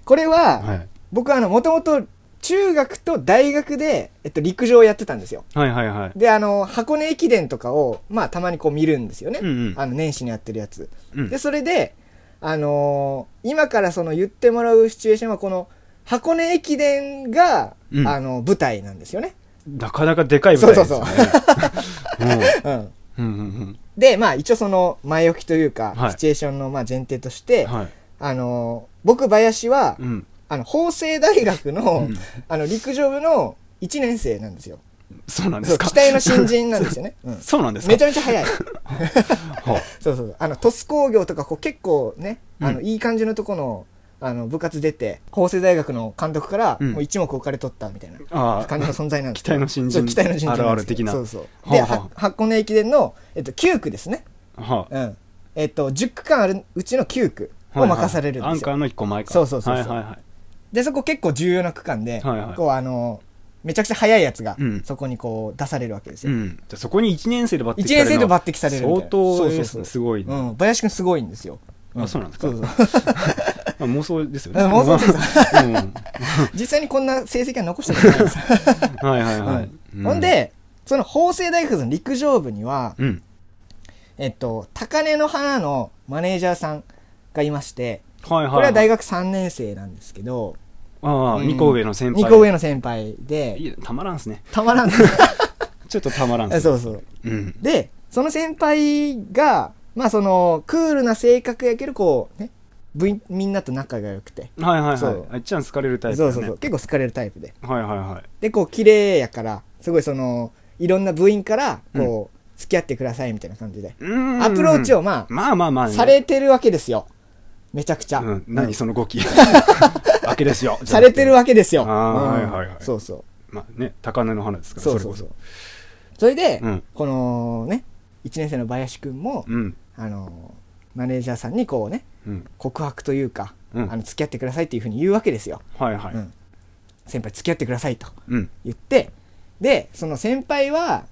Speaker 2: これは、
Speaker 1: はい
Speaker 2: 僕はあの、もともと中学と大学で、えっと、陸上をやってたんですよ。
Speaker 1: はいはいはい。
Speaker 2: で、あの、箱根駅伝とかを、まあ、たまにこう見るんですよね。
Speaker 1: うんうん
Speaker 2: あの、年始にやってるやつ。
Speaker 1: うん
Speaker 2: で、それで、あのー今からその言ってもらうシチュエーションは、この、箱根駅伝が、
Speaker 1: うん
Speaker 2: あの、舞台なんですよね。
Speaker 1: なかなかでかい舞台ですよね。う
Speaker 2: そう
Speaker 1: ん
Speaker 2: う
Speaker 1: う
Speaker 2: ん。
Speaker 1: んうん
Speaker 2: で、まあ、一応その、前置きというか、
Speaker 1: はい
Speaker 2: シチュエーションの、まあ、前提として、
Speaker 1: うん。はい。
Speaker 2: あのー僕、林は、
Speaker 1: うん。
Speaker 2: あの、法政大学の
Speaker 1: うん、
Speaker 2: あの、陸上部の1年生なんですよ。
Speaker 1: そうなんで
Speaker 2: そう、
Speaker 1: すか。
Speaker 2: 期待の新人なんですよね。う ん
Speaker 1: そうなんですか。
Speaker 2: めちゃめちゃ早い。
Speaker 1: は
Speaker 2: そうそう。あの、鳥栖工業とか、こう結構ね、あの、
Speaker 1: う
Speaker 2: いい感じのとこの、あの、部活出て、法政大学の監督から、
Speaker 1: うん
Speaker 2: もう一目置かれとったみたいな
Speaker 1: ああ
Speaker 2: 感じの存在なんです
Speaker 1: 期待の新
Speaker 2: そ
Speaker 1: 人。
Speaker 2: う期待の新人
Speaker 1: ある
Speaker 2: な
Speaker 1: あ
Speaker 2: ん
Speaker 1: る
Speaker 2: ですけ
Speaker 1: 的な。
Speaker 2: どそうそう。で、
Speaker 1: はあは
Speaker 2: は箱根駅伝の、えっと、9区ですね。
Speaker 1: はあ
Speaker 2: うん。えっと、10区間あるうちの9区を任されるん
Speaker 1: はいはいア
Speaker 2: で
Speaker 1: ン
Speaker 2: す
Speaker 1: カ
Speaker 2: よ。
Speaker 1: ーの一個前か。
Speaker 2: そうそうそう
Speaker 1: は
Speaker 2: そ
Speaker 1: いうはいはい。
Speaker 2: で、そこ結構重要な区間で
Speaker 1: はいはい、
Speaker 2: こう、あの、めちゃくちゃ速いやつが
Speaker 1: うん、
Speaker 2: そこにこう、出されるわけです
Speaker 1: う
Speaker 2: よ。
Speaker 1: ん。じゃあそこに1年生で抜擢される
Speaker 2: 1年生で抜擢されるみたい
Speaker 1: 相
Speaker 2: な。
Speaker 1: 当
Speaker 2: そう
Speaker 1: で
Speaker 2: そ
Speaker 1: す
Speaker 2: う
Speaker 1: ね。
Speaker 2: そう
Speaker 1: すごいね。
Speaker 2: うん、林くんすごいんですよ。
Speaker 1: あそうなんですか
Speaker 2: そう
Speaker 1: まあ妄想ですよね。。
Speaker 2: うん妄想です
Speaker 1: うん。
Speaker 2: 実際にこんな成績は残したことないです。。
Speaker 1: はいはいはいう
Speaker 2: んほん、で、その法政大学の陸上部には、
Speaker 1: うん。
Speaker 2: えっと、高根の花のマネージャーさんがいまして、
Speaker 1: はいはいはい。
Speaker 2: これは大学3年生なんですけど、
Speaker 1: ああ、
Speaker 2: うん
Speaker 1: 2個上の先輩。
Speaker 2: 2個上の先輩で、
Speaker 1: いやたまらんっすね。
Speaker 2: た まらん。
Speaker 1: ちょっとたまらんっすね。
Speaker 2: そうそう。
Speaker 1: うん。
Speaker 2: で、その先輩が、まあその、クールな性格やけど、こう、ね、部員みんなと仲が良くて、
Speaker 1: はいはい
Speaker 2: そ
Speaker 1: は
Speaker 2: う
Speaker 1: い。あっちゃん好かれるタイプ
Speaker 2: そ
Speaker 1: だ
Speaker 2: う
Speaker 1: ね。
Speaker 2: そうそう、結構好かれるタイプで。
Speaker 1: はいはいはい。
Speaker 2: でこう綺麗やからすごいそのいろんな部員からこう、付き合ってくださいみたいな感じで
Speaker 1: うん
Speaker 2: アプローチをまあ
Speaker 1: まあまあまあね。
Speaker 2: されてるわけですよめちゃくちゃ、
Speaker 1: うん。何その動 き。わけですよ。
Speaker 2: されてるわけですよ、
Speaker 1: あー
Speaker 2: うん
Speaker 1: はいはいはい
Speaker 2: そうそう
Speaker 1: まあね、高根の花ですから、
Speaker 2: そう
Speaker 1: れ
Speaker 2: そ
Speaker 1: こ
Speaker 2: うそうそれで、
Speaker 1: うん
Speaker 2: このね1年生の林くんも、
Speaker 1: うん。
Speaker 2: あのマネージャーさんにこうね
Speaker 1: うん。
Speaker 2: 告白というか、
Speaker 1: うん
Speaker 2: あの付き合ってくださいっていうふうに言うわけですよ、
Speaker 1: はいはい。
Speaker 2: うん先輩付き合ってくださいと
Speaker 1: うん。
Speaker 2: 言ってでその先輩は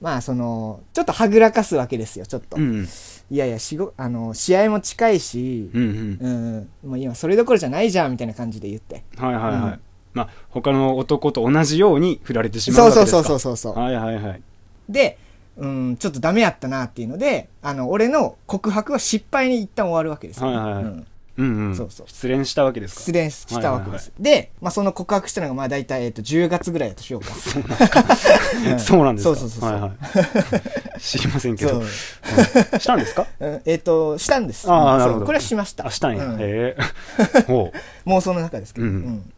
Speaker 2: まあそのちょっとはぐらかすわけですよちょっと、
Speaker 1: うん。
Speaker 2: いやいやしごあの試合も近いし、
Speaker 1: うんうん。
Speaker 2: うんもう今それどころじゃないじゃんみたいな感じで言って
Speaker 1: はいはいはい。
Speaker 2: うん
Speaker 1: まあ、他の男と同じように振られてしまう
Speaker 2: そ
Speaker 1: わ
Speaker 2: う
Speaker 1: けで
Speaker 2: そ
Speaker 1: す
Speaker 2: う
Speaker 1: か
Speaker 2: そうそうそうそう
Speaker 1: はいはいはい。
Speaker 2: で、うん、ちょっとダメやったなっていうのであの俺の告白は失敗に一旦終わるわけですよ、
Speaker 1: はいはいはい
Speaker 2: うん
Speaker 1: うんうん。
Speaker 2: そうそう
Speaker 1: 失恋したわけですか。
Speaker 2: 失恋したわけです、で、まあ、その告白したのがまあ大体、えっと10月ぐらいだとしようかう ん
Speaker 1: そうなんですか。
Speaker 2: そうそうそうそう
Speaker 1: はい はい。知りませんけど。
Speaker 2: そ
Speaker 1: う
Speaker 2: う
Speaker 1: んしたんですか
Speaker 2: うんえっ、としたんです
Speaker 1: あー
Speaker 2: うん
Speaker 1: なるほど
Speaker 2: そうこれはしました
Speaker 1: あ、したんや。
Speaker 2: う
Speaker 1: へえ。ほ
Speaker 2: 妄想の中ですけど、
Speaker 1: うん
Speaker 2: うん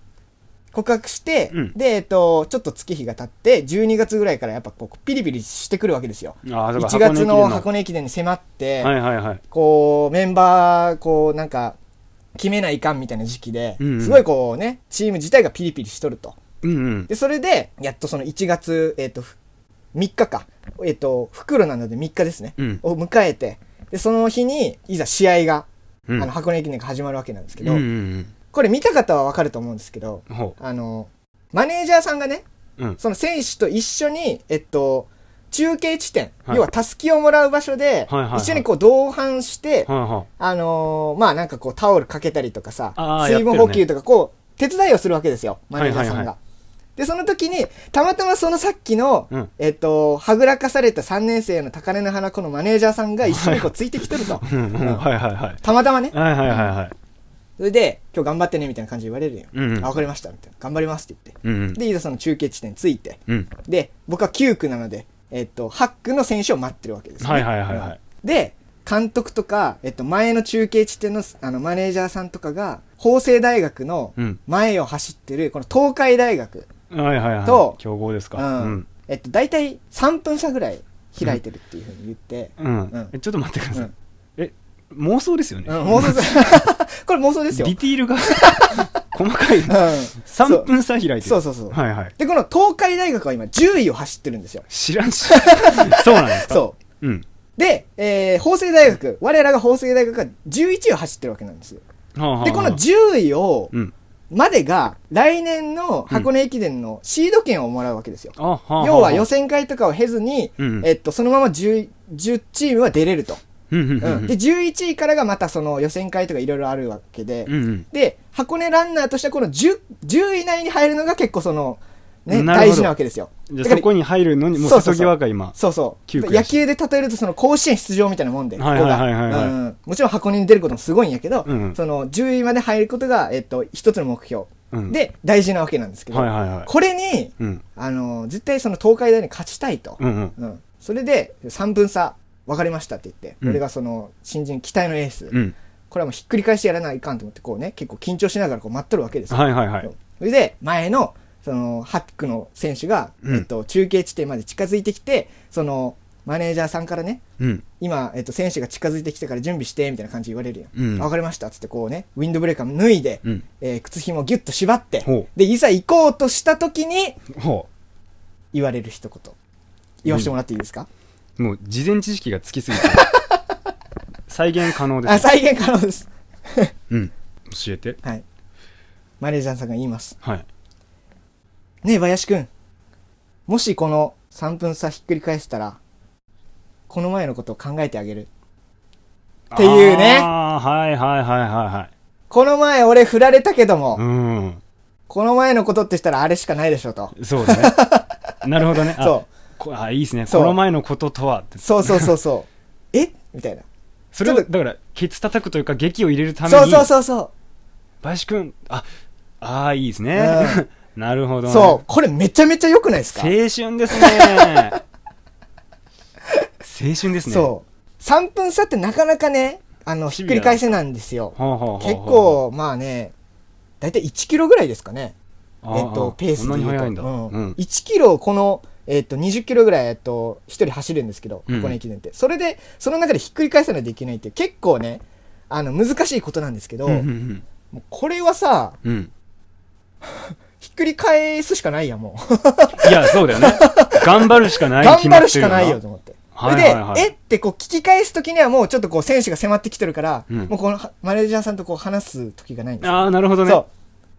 Speaker 2: 告白して、
Speaker 1: うん
Speaker 2: で、えっと、ちょっと月日が経って、12月ぐらいからやっぱこう、ピリピリしてくるわけですよ。
Speaker 1: う。ああ、そうか。
Speaker 2: 1月の箱
Speaker 1: 根
Speaker 2: 根駅伝に迫って、
Speaker 1: 駅伝の。はいはいはい。
Speaker 2: こう、メンバー、こう、なんか、決めないかんみたいな時期で、
Speaker 1: うんうん
Speaker 2: すごいこうね、チーム自体がピリピリしとると。
Speaker 1: うんうん。
Speaker 2: で、それで、やっとその1月、えっ、と、3日か。えっ、と、袋なので3日ですね。
Speaker 1: うん
Speaker 2: を迎えて、で、その日に、いざ試合が、
Speaker 1: うん
Speaker 2: あの、箱根駅伝が始まるわけなんです
Speaker 1: う
Speaker 2: け
Speaker 1: ん
Speaker 2: ど、
Speaker 1: うん
Speaker 2: これ見た方はわかると思うんですけど、
Speaker 1: うん。ほ
Speaker 2: あの、マネージャーさんがね、
Speaker 1: う。うん。
Speaker 2: その選手と一緒に、えっと、中継地点、
Speaker 1: はい
Speaker 2: 要はたすきをもらう場所で、
Speaker 1: はいはいはい
Speaker 2: 一緒にこう同伴して、
Speaker 1: はいは
Speaker 2: あのーまあなんかこうタオルかけたりとかさ
Speaker 1: あ、ー
Speaker 2: 水分
Speaker 1: やって
Speaker 2: 補
Speaker 1: るね
Speaker 2: 給とかこう、手伝いをするわけですよ、マネージャーさんが。
Speaker 1: はいはいは
Speaker 2: で、その時に、たまたまそのさっきの、
Speaker 1: うん
Speaker 2: えっと、はぐらかされた3年生の高根の花子のマネージャーさんが一緒にこうついてきてると。
Speaker 1: い。うんうん。はいはいはい。
Speaker 2: たまたまね。
Speaker 1: はいはいはいはい。
Speaker 2: それで、今日頑張ってね、みたいな感じで言われるよ。
Speaker 1: うんうん
Speaker 2: あ、わかりました、みたいな。頑張りますって言って。
Speaker 1: うんうん。
Speaker 2: で、いざその中継地点に着いて、
Speaker 1: うん。
Speaker 2: で、僕は9区なので、えっと、8区の選手を待ってるわけです、ね。
Speaker 1: はいはいはいはい
Speaker 2: で、監督とか、えっと、前の中継地点のあのマネージャーさんとかが、法政大学の
Speaker 1: うん
Speaker 2: 前を走ってる、この東海大学、
Speaker 1: はいはいはい。
Speaker 2: と
Speaker 1: 競合です
Speaker 2: う
Speaker 1: か。
Speaker 2: ん
Speaker 1: うん。
Speaker 2: えっと、大体3分差ぐらい開いてるっていうふうに言って、
Speaker 1: うん
Speaker 2: うん
Speaker 1: えちょっと待ってください、
Speaker 2: うん
Speaker 1: え妄想ですよね、
Speaker 2: うん、妄想 です。これ妄想ですよ。う
Speaker 1: デ
Speaker 2: ん
Speaker 1: ィ。ティー ルが細かい
Speaker 2: そ
Speaker 1: 3
Speaker 2: う
Speaker 1: 分差開いてる
Speaker 2: そうそうそう。
Speaker 1: はいはい
Speaker 2: で、この東海大学は今10位を走ってるんですよ。
Speaker 1: 知らんしそうなんですか、
Speaker 2: そう
Speaker 1: ん、
Speaker 2: う。で、えー、法政大学、我らが法政大学が11位を走ってるわけなんですよ。
Speaker 1: はあはあはあ
Speaker 2: で、この10位を、
Speaker 1: うん
Speaker 2: までが、来年の箱根駅伝のシード権をもらうわけですよ。
Speaker 1: あはああ
Speaker 2: 要は予選会とかを経ずに、
Speaker 1: うん
Speaker 2: えっと、そのまま 10, 10チームは出れると。
Speaker 1: うんうんう
Speaker 2: うんん。で、11位からがまたその予選会とかいろいろあるわけで、
Speaker 1: うんうん
Speaker 2: で、箱根ランナーとしてはこの 10, 10位以内に入るのが結構その、ね、
Speaker 1: なるほど
Speaker 2: 大事なわけですよ。
Speaker 1: じ
Speaker 2: だ
Speaker 1: ゃ
Speaker 2: か
Speaker 1: あ
Speaker 2: ら
Speaker 1: そこに入るのにも
Speaker 2: そう
Speaker 1: う
Speaker 2: そうそう
Speaker 1: 注ぎ輪が今
Speaker 2: そうそ
Speaker 1: 窮
Speaker 2: う。
Speaker 1: 屈や
Speaker 2: 野
Speaker 1: し
Speaker 2: 球で例えるとその甲子園出場みたいなもんで、
Speaker 1: はいはいはいはいはい
Speaker 2: ここがうんもちろん箱根に出ることもすごいんやけど、
Speaker 1: うんうん
Speaker 2: その10位まで入ることが、えっと、一つの目標、
Speaker 1: うん
Speaker 2: で大事なわけなんですけど、
Speaker 1: はいはいはい
Speaker 2: これに、
Speaker 1: うん
Speaker 2: あの、絶対その東海大に勝ちたいと。
Speaker 1: うんうん
Speaker 2: うんそれで、3分差、分かりましたって言って、
Speaker 1: うん
Speaker 2: 俺がその、新人期待のエース、
Speaker 1: うん
Speaker 2: これはもうひっくり返してやらないかんと思って、こうね、結構緊張しながらこう待っとるわけですよ
Speaker 1: はいはいはい
Speaker 2: それで、前の、その、ハックの選手が、
Speaker 1: うん
Speaker 2: えっと、中継地点まで近づいてきて、その、マネージャーさんからね、
Speaker 1: うん
Speaker 2: 今、えっと、選手が近づいてきたから準備して、みたいな感じで言われるよ。
Speaker 1: うん
Speaker 2: あわかりましたっつって、こうね、ウィンドブレーカーも脱いで、
Speaker 1: うん
Speaker 2: えー靴紐をギュッと縛って
Speaker 1: ほ、
Speaker 2: で、いざ行こうとした時に、
Speaker 1: ほ
Speaker 2: 言われる一言。言わせてもらっていいですか、
Speaker 1: うもう事前知識がつきす ぎて再現可能で
Speaker 2: あ、
Speaker 1: す
Speaker 2: 再現可能です。
Speaker 1: うん教えて
Speaker 2: はい。マネージャーさんが言います。
Speaker 1: はい
Speaker 2: ねえ、林くん。もしこの3分差ひっくり返せたら、この前のことを考えてあげる。っていうね
Speaker 1: あーはいはいはいはいはい
Speaker 2: この前俺振られたけども、
Speaker 1: うん
Speaker 2: この前のことってしたらあれしかないでしょと。
Speaker 1: そうだねなるほどねあ
Speaker 2: そ
Speaker 1: こあいいですね
Speaker 2: そう
Speaker 1: この前のこととはって
Speaker 2: う。そうそうそう そう。えみたいな。
Speaker 1: それを
Speaker 2: ちょ
Speaker 1: だ
Speaker 2: っと
Speaker 1: からケツ叩くというか劇を入れるために
Speaker 2: そうそうそうそう。
Speaker 1: 林くんああーいいですね、 なるほど、ね、
Speaker 2: そう。これめちゃめちゃ良くないですか
Speaker 1: 青春ですね青春ですね
Speaker 2: そう。3分差ってなかなかね、あの、ひっくり返せなんですよ。
Speaker 1: ほうほうほう
Speaker 2: 結
Speaker 1: ほ
Speaker 2: 構、まあね、だいたい1キロぐらいですかね。
Speaker 1: う
Speaker 2: えっ
Speaker 1: あ
Speaker 2: と
Speaker 1: あ、
Speaker 2: ペースで
Speaker 1: そんな
Speaker 2: 言
Speaker 1: に
Speaker 2: うと
Speaker 1: 速いんだ、
Speaker 2: うん
Speaker 1: うん
Speaker 2: 1キロ、この、えっと、20キロぐらい、えっと、一人走るんですけど、
Speaker 1: うん
Speaker 2: 箱根駅伝って。それで、その中でひっくり返さないといけないって、結構ね、あの、難しいことなんですけど、
Speaker 1: うんうん
Speaker 2: もうこれはさ、
Speaker 1: うんうん
Speaker 2: ひっくり返すしかないやん、もう。
Speaker 1: いやそうだよね頑張るしかない
Speaker 2: 頑張るしかないよ、と思って。そ
Speaker 1: は
Speaker 2: れ
Speaker 1: い
Speaker 2: で、
Speaker 1: はいはい
Speaker 2: えってこう聞き返すときにはもうちょっとこう選手が迫ってきてるから、
Speaker 1: うん
Speaker 2: もうこのはマネージャーさんとこう話すときがないんですよ
Speaker 1: ああーなるほどね
Speaker 2: そ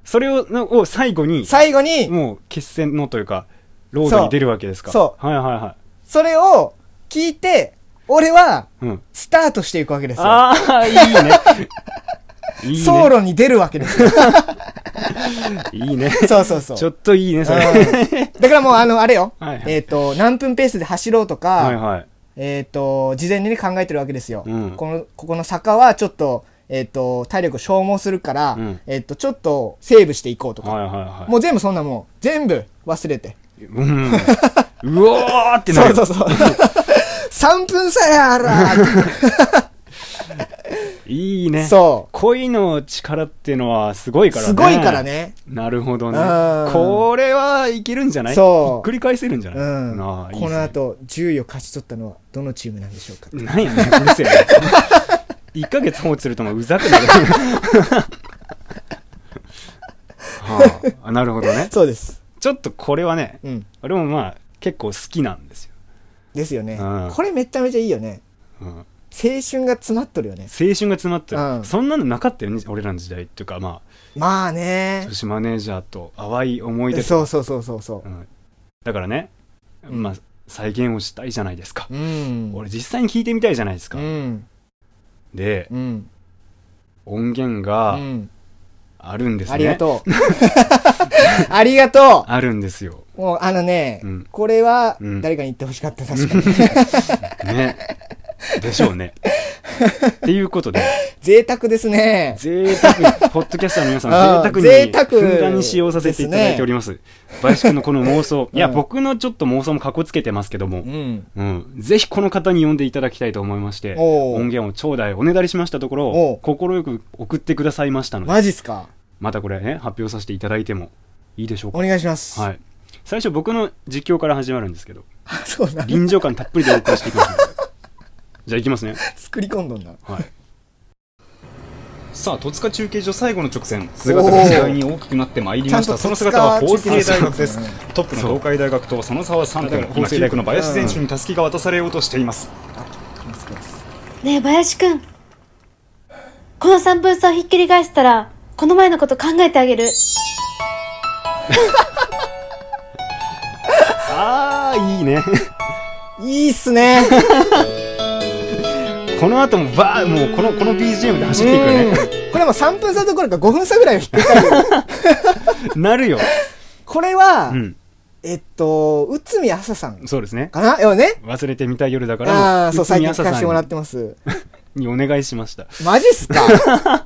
Speaker 1: それをのを最後
Speaker 2: う。
Speaker 1: に
Speaker 2: 最後に、
Speaker 1: もう決戦のというかロードに出るわけですか
Speaker 2: そう
Speaker 1: はいはいは
Speaker 2: それを聞いて、俺は、
Speaker 1: い、うん、
Speaker 2: スタートしていくわけですよ。
Speaker 1: ああいいねいいね
Speaker 2: 走路に出るわ けですよ。
Speaker 1: いいね
Speaker 2: そうそうそう。
Speaker 1: ちょっといいねそれ
Speaker 2: うんだからもうあの、あれよ。
Speaker 1: はいはい
Speaker 2: えっ、と、何分ペースで走ろうとか、
Speaker 1: はいはい
Speaker 2: えっ、と、事前にね、考えてるわけですよ。
Speaker 1: うん
Speaker 2: この、ここの坂はちょっと、えっ、と、体力を消耗するから、
Speaker 1: うん
Speaker 2: えっ、と、ちょっとセーブしていこうとか、
Speaker 1: はいはいはい
Speaker 2: もう全部そんなもん、全部忘れて。
Speaker 1: うん、うおーってな
Speaker 2: そう
Speaker 1: る
Speaker 2: そうそう。3分差やらーっ
Speaker 1: いい
Speaker 2: て
Speaker 1: ね
Speaker 2: そ。
Speaker 1: 恋の力ってのはすごいうからね
Speaker 2: すごいからね。
Speaker 1: なるほどね
Speaker 2: うん
Speaker 1: これはいけるんじゃない
Speaker 2: そう
Speaker 1: ひっくり返せるんじゃない、
Speaker 2: うん。
Speaker 1: ああいいで
Speaker 2: こ
Speaker 1: す
Speaker 2: の
Speaker 1: ね
Speaker 2: 後、10位を勝ち取ったのはどのチームなんでしょうか。
Speaker 1: なんやねんうるせえな一ヶ月放置するともううざく なるはああなるほどね
Speaker 2: そうです。
Speaker 1: ちょっとこれはね
Speaker 2: うん。
Speaker 1: 俺もまあ結構好きなんですよ、
Speaker 2: ですよね
Speaker 1: うん。
Speaker 2: これめちゃめちゃいいよね。
Speaker 1: うん、
Speaker 2: 青春が詰まっとるよね。
Speaker 1: 青春が詰まってる、
Speaker 2: うん
Speaker 1: そんなのなかったよね俺らの時代っていうかま
Speaker 2: まあ
Speaker 1: あ
Speaker 2: ね
Speaker 1: 女。子マネージャーと淡い思い出と
Speaker 2: そうそうそうそうそ
Speaker 1: うんだからね、
Speaker 2: うん
Speaker 1: まあ再現をしたいじゃないですか
Speaker 2: う。、うん。
Speaker 1: 俺実際に聞いてみたいじゃないですか、
Speaker 2: うん。
Speaker 1: で
Speaker 2: うん。
Speaker 1: 音源
Speaker 2: う
Speaker 1: が
Speaker 2: ん。
Speaker 1: あるんですね、
Speaker 2: ありがと う。ありがと
Speaker 1: あるんですよ
Speaker 2: う。もうあのね
Speaker 1: うん、
Speaker 2: これは
Speaker 1: うん
Speaker 2: 誰かに言ってほしかった、確かに。
Speaker 1: ねでしょう ねっていうことで
Speaker 2: 贅沢ですね。
Speaker 1: 贅沢にポッドキャスターの皆さん
Speaker 2: あー
Speaker 1: 贅沢に
Speaker 2: 贅沢
Speaker 1: ふんだんに使用させていただいております林くんのこの妄想いや、
Speaker 2: うん
Speaker 1: 僕のちょっと妄想もかこつけてますけども
Speaker 2: う、ん。
Speaker 1: うん、ぜひこの方に呼んでいただきたいと思いまして
Speaker 2: おう
Speaker 1: 音源を頂戴おねだりしましたとこ
Speaker 2: おう
Speaker 1: ろ快く送ってくださいましたので
Speaker 2: マジっすか
Speaker 1: またこれね、発表させていただいてもいいでしょう
Speaker 2: お願いします。
Speaker 1: か。はい。最初僕の実況から始まるんですけど
Speaker 2: そうなんだ
Speaker 1: 臨場感たっぷりでお送りしていきます のでじゃあいきますね
Speaker 2: 作り込んどんな
Speaker 1: はいさあ戸塚中継所最後の直線
Speaker 2: お
Speaker 1: 姿
Speaker 2: ー
Speaker 1: が次第に大きくなってまいりまし
Speaker 2: ちゃ
Speaker 1: た
Speaker 2: んと
Speaker 1: その姿は法
Speaker 2: 戸塚
Speaker 1: 政大学です
Speaker 2: 中継
Speaker 1: トップの東海大学とその差は3
Speaker 2: だ
Speaker 1: 点
Speaker 2: か
Speaker 1: 今
Speaker 2: ら法
Speaker 1: 9
Speaker 2: 政大
Speaker 1: 区
Speaker 2: 学
Speaker 1: の林選手にたすきが渡されようとしています
Speaker 5: ねえ、林くん。この3分差をひっくり返したら、この前のこと考えてあげる。
Speaker 1: あーいいね
Speaker 2: いいっすね
Speaker 1: この後もバーもうこのこの BGM で走っていくよね
Speaker 2: うんこれもう3分差どころか5分差ぐらいを引っくり返る
Speaker 1: なるよ
Speaker 2: これは、
Speaker 1: うん
Speaker 2: えっと内海朝さん
Speaker 1: そうですね
Speaker 2: かなよね
Speaker 1: 忘れてみたい夜だから
Speaker 2: ああーそう
Speaker 1: 内
Speaker 2: 最
Speaker 1: 海
Speaker 2: 近
Speaker 1: 朝
Speaker 2: 聞かせてもら
Speaker 1: さ
Speaker 2: っ
Speaker 1: ん
Speaker 2: てます
Speaker 1: にお願いしました
Speaker 2: マジっすか
Speaker 1: やばい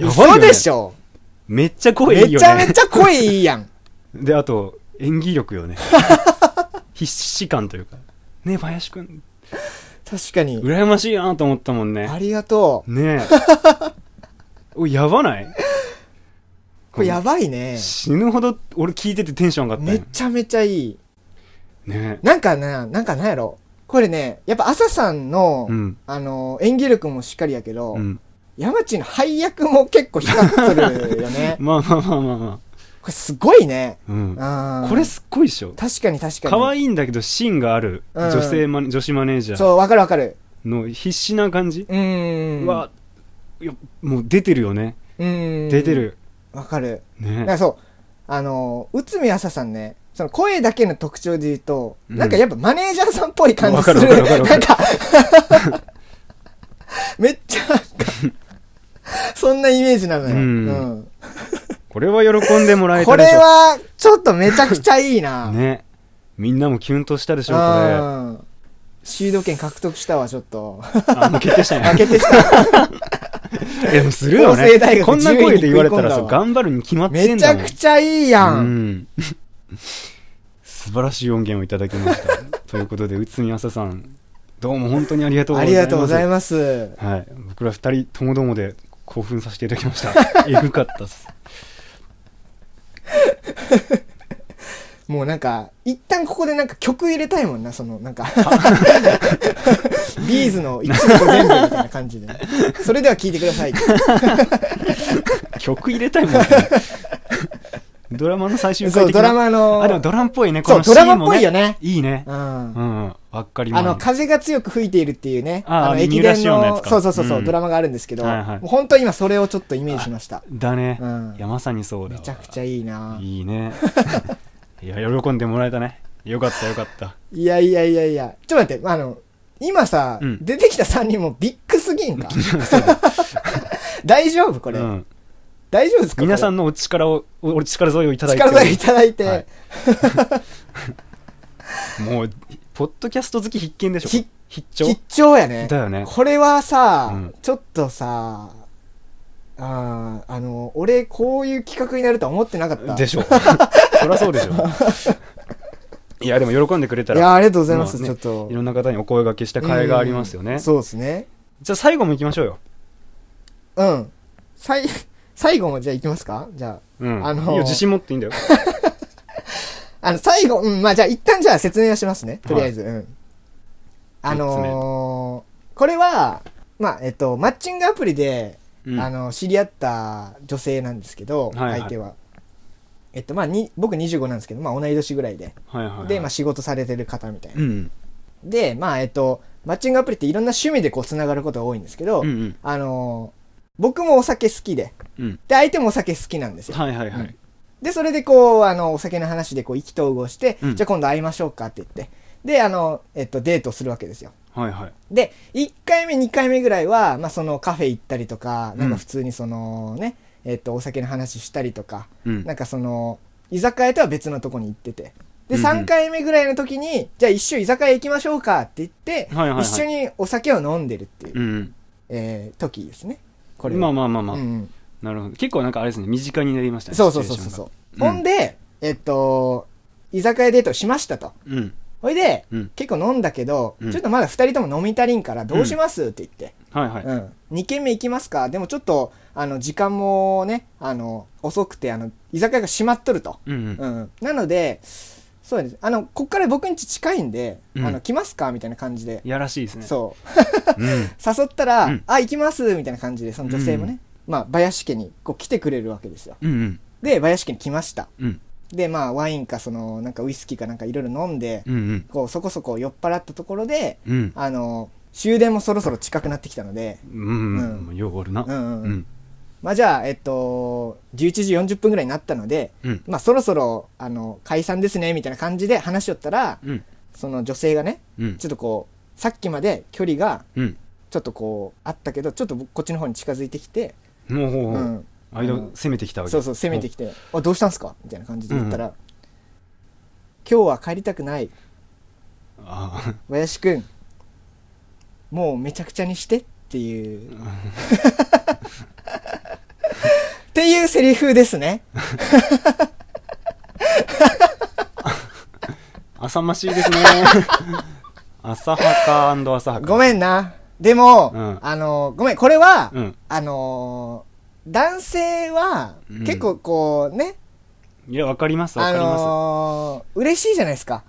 Speaker 1: よ
Speaker 2: 嘘
Speaker 1: ね
Speaker 2: でしょ
Speaker 1: めっちゃ声いいよね
Speaker 2: めちゃめちゃ声いいやん
Speaker 1: であと演技力 よね必死感というかねえ林くん
Speaker 2: 確かに
Speaker 1: 羨ましいなと思ったもん
Speaker 2: あ
Speaker 1: ね
Speaker 2: りがとう
Speaker 1: ねえおいやばない
Speaker 2: これやばいね
Speaker 1: 死ぬほど俺聞いててテンション上がった
Speaker 2: め
Speaker 1: ね
Speaker 2: ちゃめちゃいい
Speaker 1: ねえ
Speaker 2: なんかななんかなんやろこれねやっぱ朝さんの、
Speaker 1: うん
Speaker 2: あの演技力もしっかりやけど、
Speaker 1: うん
Speaker 2: 山地の配役も結構光ってる よね
Speaker 1: まあまあまあまあま
Speaker 2: これすごいね
Speaker 1: あうん
Speaker 2: あー
Speaker 1: これすっごいっしょ
Speaker 2: 確かに確かに
Speaker 1: 可
Speaker 2: い
Speaker 1: 愛いんだけど芯がある
Speaker 2: うん
Speaker 1: 女性マネ女子マネージャー
Speaker 2: そうわかるわかる
Speaker 1: の必死な感じ
Speaker 2: うーん
Speaker 1: はもう出てるよね
Speaker 2: うーん
Speaker 1: 出てる
Speaker 2: わかるなん
Speaker 1: ね
Speaker 2: かそうあの内海朝さんねその声だけの特徴で言うと、
Speaker 1: うん
Speaker 2: なんかやっぱマネージャーさんっぽい感じする
Speaker 1: わかるわかるわか
Speaker 2: な
Speaker 1: る
Speaker 2: んか めっちゃなんかそんなイメージなのよ、
Speaker 1: うん
Speaker 2: うん
Speaker 1: これは喜んでもらえ
Speaker 2: こ
Speaker 1: た
Speaker 2: れ
Speaker 1: でしょ
Speaker 2: はちょっとめちゃくちゃいい な、
Speaker 1: ねみんなもキュンとしたでしょこれ
Speaker 2: うんシード権獲得したわちょっと
Speaker 1: あもう決定したんや
Speaker 2: 負けてし
Speaker 1: い
Speaker 2: た
Speaker 1: やでもするよ
Speaker 2: 法政大
Speaker 1: ね
Speaker 2: 学
Speaker 1: こんな声で言われたらさ
Speaker 2: 10位に食い込んだ
Speaker 1: 頑張るに決まってん
Speaker 2: めち
Speaker 1: だ
Speaker 2: ゃ
Speaker 1: もん
Speaker 2: くちゃいいや、
Speaker 1: うんん素晴らしい音源をいただきました ということで内海朝さんどうも本当にありがとうご
Speaker 2: あ
Speaker 1: ざい
Speaker 2: り
Speaker 1: ます
Speaker 2: がとうございます
Speaker 1: はい、僕ら二人ともどもで興奮させていただきました。 えぐかったっす。
Speaker 2: もうなんか、一旦ここでなんか曲入れたいもんな、その、なん か。ビーズの一部全部みたいな感じで。それでは聴いてくだ さい。
Speaker 1: 曲入れたいもん ね。ドラマの最終
Speaker 2: そ
Speaker 1: 回
Speaker 2: う、
Speaker 1: 的
Speaker 2: ド
Speaker 1: な
Speaker 2: ラマの、
Speaker 1: あ、でもドラマっぽいね。
Speaker 2: そう
Speaker 1: このシーンも、ね、
Speaker 2: ドラマっぽいよね
Speaker 1: いいね
Speaker 2: う。。
Speaker 1: うんん、わかりま
Speaker 2: あ
Speaker 1: す。
Speaker 2: の、風が強く吹いているっていうね、
Speaker 1: あー
Speaker 2: の、
Speaker 1: 三浦紫耀のやつか
Speaker 2: そうそうそうそう、
Speaker 1: うん
Speaker 2: ドラマがあるんですけど、
Speaker 1: はいはい
Speaker 2: もう本当に今それをちょっとイメージしました。
Speaker 1: だね。
Speaker 2: うん
Speaker 1: いや、まさにそうだ
Speaker 2: め
Speaker 1: わ。
Speaker 2: ちゃくちゃいいない
Speaker 1: いね。 いや、喜んでもらえたね。よかった、よかった。
Speaker 2: いやいやいやいや、ちょっと待って、あの、今さ、
Speaker 1: うん
Speaker 2: 出てきた3人もビッグすぎんか 大丈夫これ、
Speaker 1: うん、
Speaker 2: 大丈夫ですかこれ
Speaker 1: 皆さんのお力を、おお力添えをいただいて。
Speaker 2: 力添えいただいて、
Speaker 1: はいもう、ポッドキャスト好き必見でしょ
Speaker 2: 必。
Speaker 1: 必聴
Speaker 2: 必聴やね
Speaker 1: だよね
Speaker 2: これはさ、
Speaker 1: うん
Speaker 2: ちょっとさあーあの俺こういう企画になるとは思ってなかった
Speaker 1: で
Speaker 2: い
Speaker 1: しょ そりゃそう でしょいやでも喜んでくれたら
Speaker 2: やありがとうございます、
Speaker 1: まあ
Speaker 2: ちょ
Speaker 1: ね
Speaker 2: っと
Speaker 1: いろんな方にお声掛けした甲斐がありますよ
Speaker 2: う
Speaker 1: ね
Speaker 2: んそうですね
Speaker 1: じゃあ最後も行きましょうよ
Speaker 2: うんさい 最後もじゃあいきますかじゃ
Speaker 1: うん、
Speaker 2: あのー
Speaker 1: いいよ自信持っていいんだよ
Speaker 2: ああの最後うんまあじゃあ一旦じゃあ説明はしますねとりあえず、うんあのー、これはまあえっとマッチングアプリで
Speaker 1: うん
Speaker 2: あの知り合った女性なんですけど、
Speaker 1: はいはい
Speaker 2: 相手は。えっとまあ、に僕25なんですけど、まあ、同い年ぐらいで、
Speaker 1: はいはいはい
Speaker 2: で、まあ、仕事されてる方みたいな、
Speaker 1: うん
Speaker 2: で、まあえっと、マッチングアプリっていろんな趣味でこうつながることが多いんですけど、
Speaker 1: うんうん
Speaker 2: あのー僕もお酒好きで
Speaker 1: うん
Speaker 2: で相手もお酒好きなんですよ
Speaker 1: はいはいはい、
Speaker 2: でそれでこうあのお酒の話でこう意気投合して、
Speaker 1: うん
Speaker 2: じゃあ今度会いましょうかって言ってであの、えっと、デートするわけですよ
Speaker 1: はいはい
Speaker 2: で1回目2回目ぐらいは、まあ、そのカフェ行ったりとかな
Speaker 1: う
Speaker 2: ん
Speaker 1: ん
Speaker 2: か普通にそのね、えっとお酒の話したりとか、
Speaker 1: うん
Speaker 2: なんかその居酒屋とは別のとこに行っててで
Speaker 1: うんうん
Speaker 2: 3回目ぐらいの時に、じゃあ一緒に居酒屋行きましょうかって言って、
Speaker 1: はいはいはい
Speaker 2: 一緒にお酒を飲んでるっていう、
Speaker 1: うん
Speaker 2: えー時ですねこ
Speaker 1: これ
Speaker 2: れ
Speaker 1: まあ
Speaker 2: は、
Speaker 1: まあまあまあ、
Speaker 2: うん、
Speaker 1: なるほど結構なんかあれですね身近になりましたね
Speaker 2: そうそうそうそうそう、
Speaker 1: シチュエーション
Speaker 2: ほんでえっと居酒屋デートしましたと
Speaker 1: がうん
Speaker 2: ほいで、
Speaker 1: うん
Speaker 2: 結構飲んだけど、
Speaker 1: うん
Speaker 2: ちょっとまだ2人とも飲み足りんからどうします、って言って、
Speaker 1: はいはい。
Speaker 2: うん、2軒目行きますかでもちょっとあの時間もねあの遅くてあの居酒屋が閉まっとると、
Speaker 1: うんうん。
Speaker 2: うん、なのでそうですあのこっから僕ん家近いんで、
Speaker 1: うん
Speaker 2: あの来ますかみたいな感じで、
Speaker 1: やらしいですね。
Speaker 2: そう
Speaker 1: うん。
Speaker 2: 誘ったら、
Speaker 1: うん
Speaker 2: あ行きますみたいな感じでその女性もね、まあ林家にこう来てくれるわけですよ
Speaker 1: うんうん。
Speaker 2: で林家に来ました
Speaker 1: うん
Speaker 2: でまあワインかそのなんかウイスキーかなんかいろいろ飲んで、
Speaker 1: うんうん。
Speaker 2: こうそこそこ酔っ払ったところで
Speaker 1: うん。
Speaker 2: あの終電もそろそろ近くなってきたので
Speaker 1: うん
Speaker 2: うん
Speaker 1: うん。ようおるな。
Speaker 2: う
Speaker 1: うん
Speaker 2: うんうん
Speaker 1: ん。
Speaker 2: まあじゃあえっと11時40分ぐらいになったので、
Speaker 1: うん
Speaker 2: まあそろそろあの解散ですねみたいな感じで話しよったら
Speaker 1: うん。
Speaker 2: その女性がね
Speaker 1: うん
Speaker 2: ちょ。っとこうさっきまで距離が
Speaker 1: うん。
Speaker 2: ちょっとこうあったけどちょっと僕こっちの方に近づいてきて、
Speaker 1: もうほう
Speaker 2: う
Speaker 1: ほう。
Speaker 2: ん、
Speaker 1: 間を攻めてきたわけ。
Speaker 2: そうそう攻めてきて「あどうしたんすか?」みたいな感じで言ったら「今日は帰りたくない
Speaker 1: おあ
Speaker 2: 林くんもうめちゃくちゃにして」って いうっていうセリフですね
Speaker 1: あ。浅ましいですね。浅はか浅はか。
Speaker 2: ごめんなでも、
Speaker 1: うん
Speaker 2: あのごめんこれは、
Speaker 1: うん。
Speaker 2: あの男性は
Speaker 1: うん
Speaker 2: 結構こうね、
Speaker 1: いや、わかりますわ
Speaker 2: あ
Speaker 1: かりま
Speaker 2: のー嬉しいじゃないですか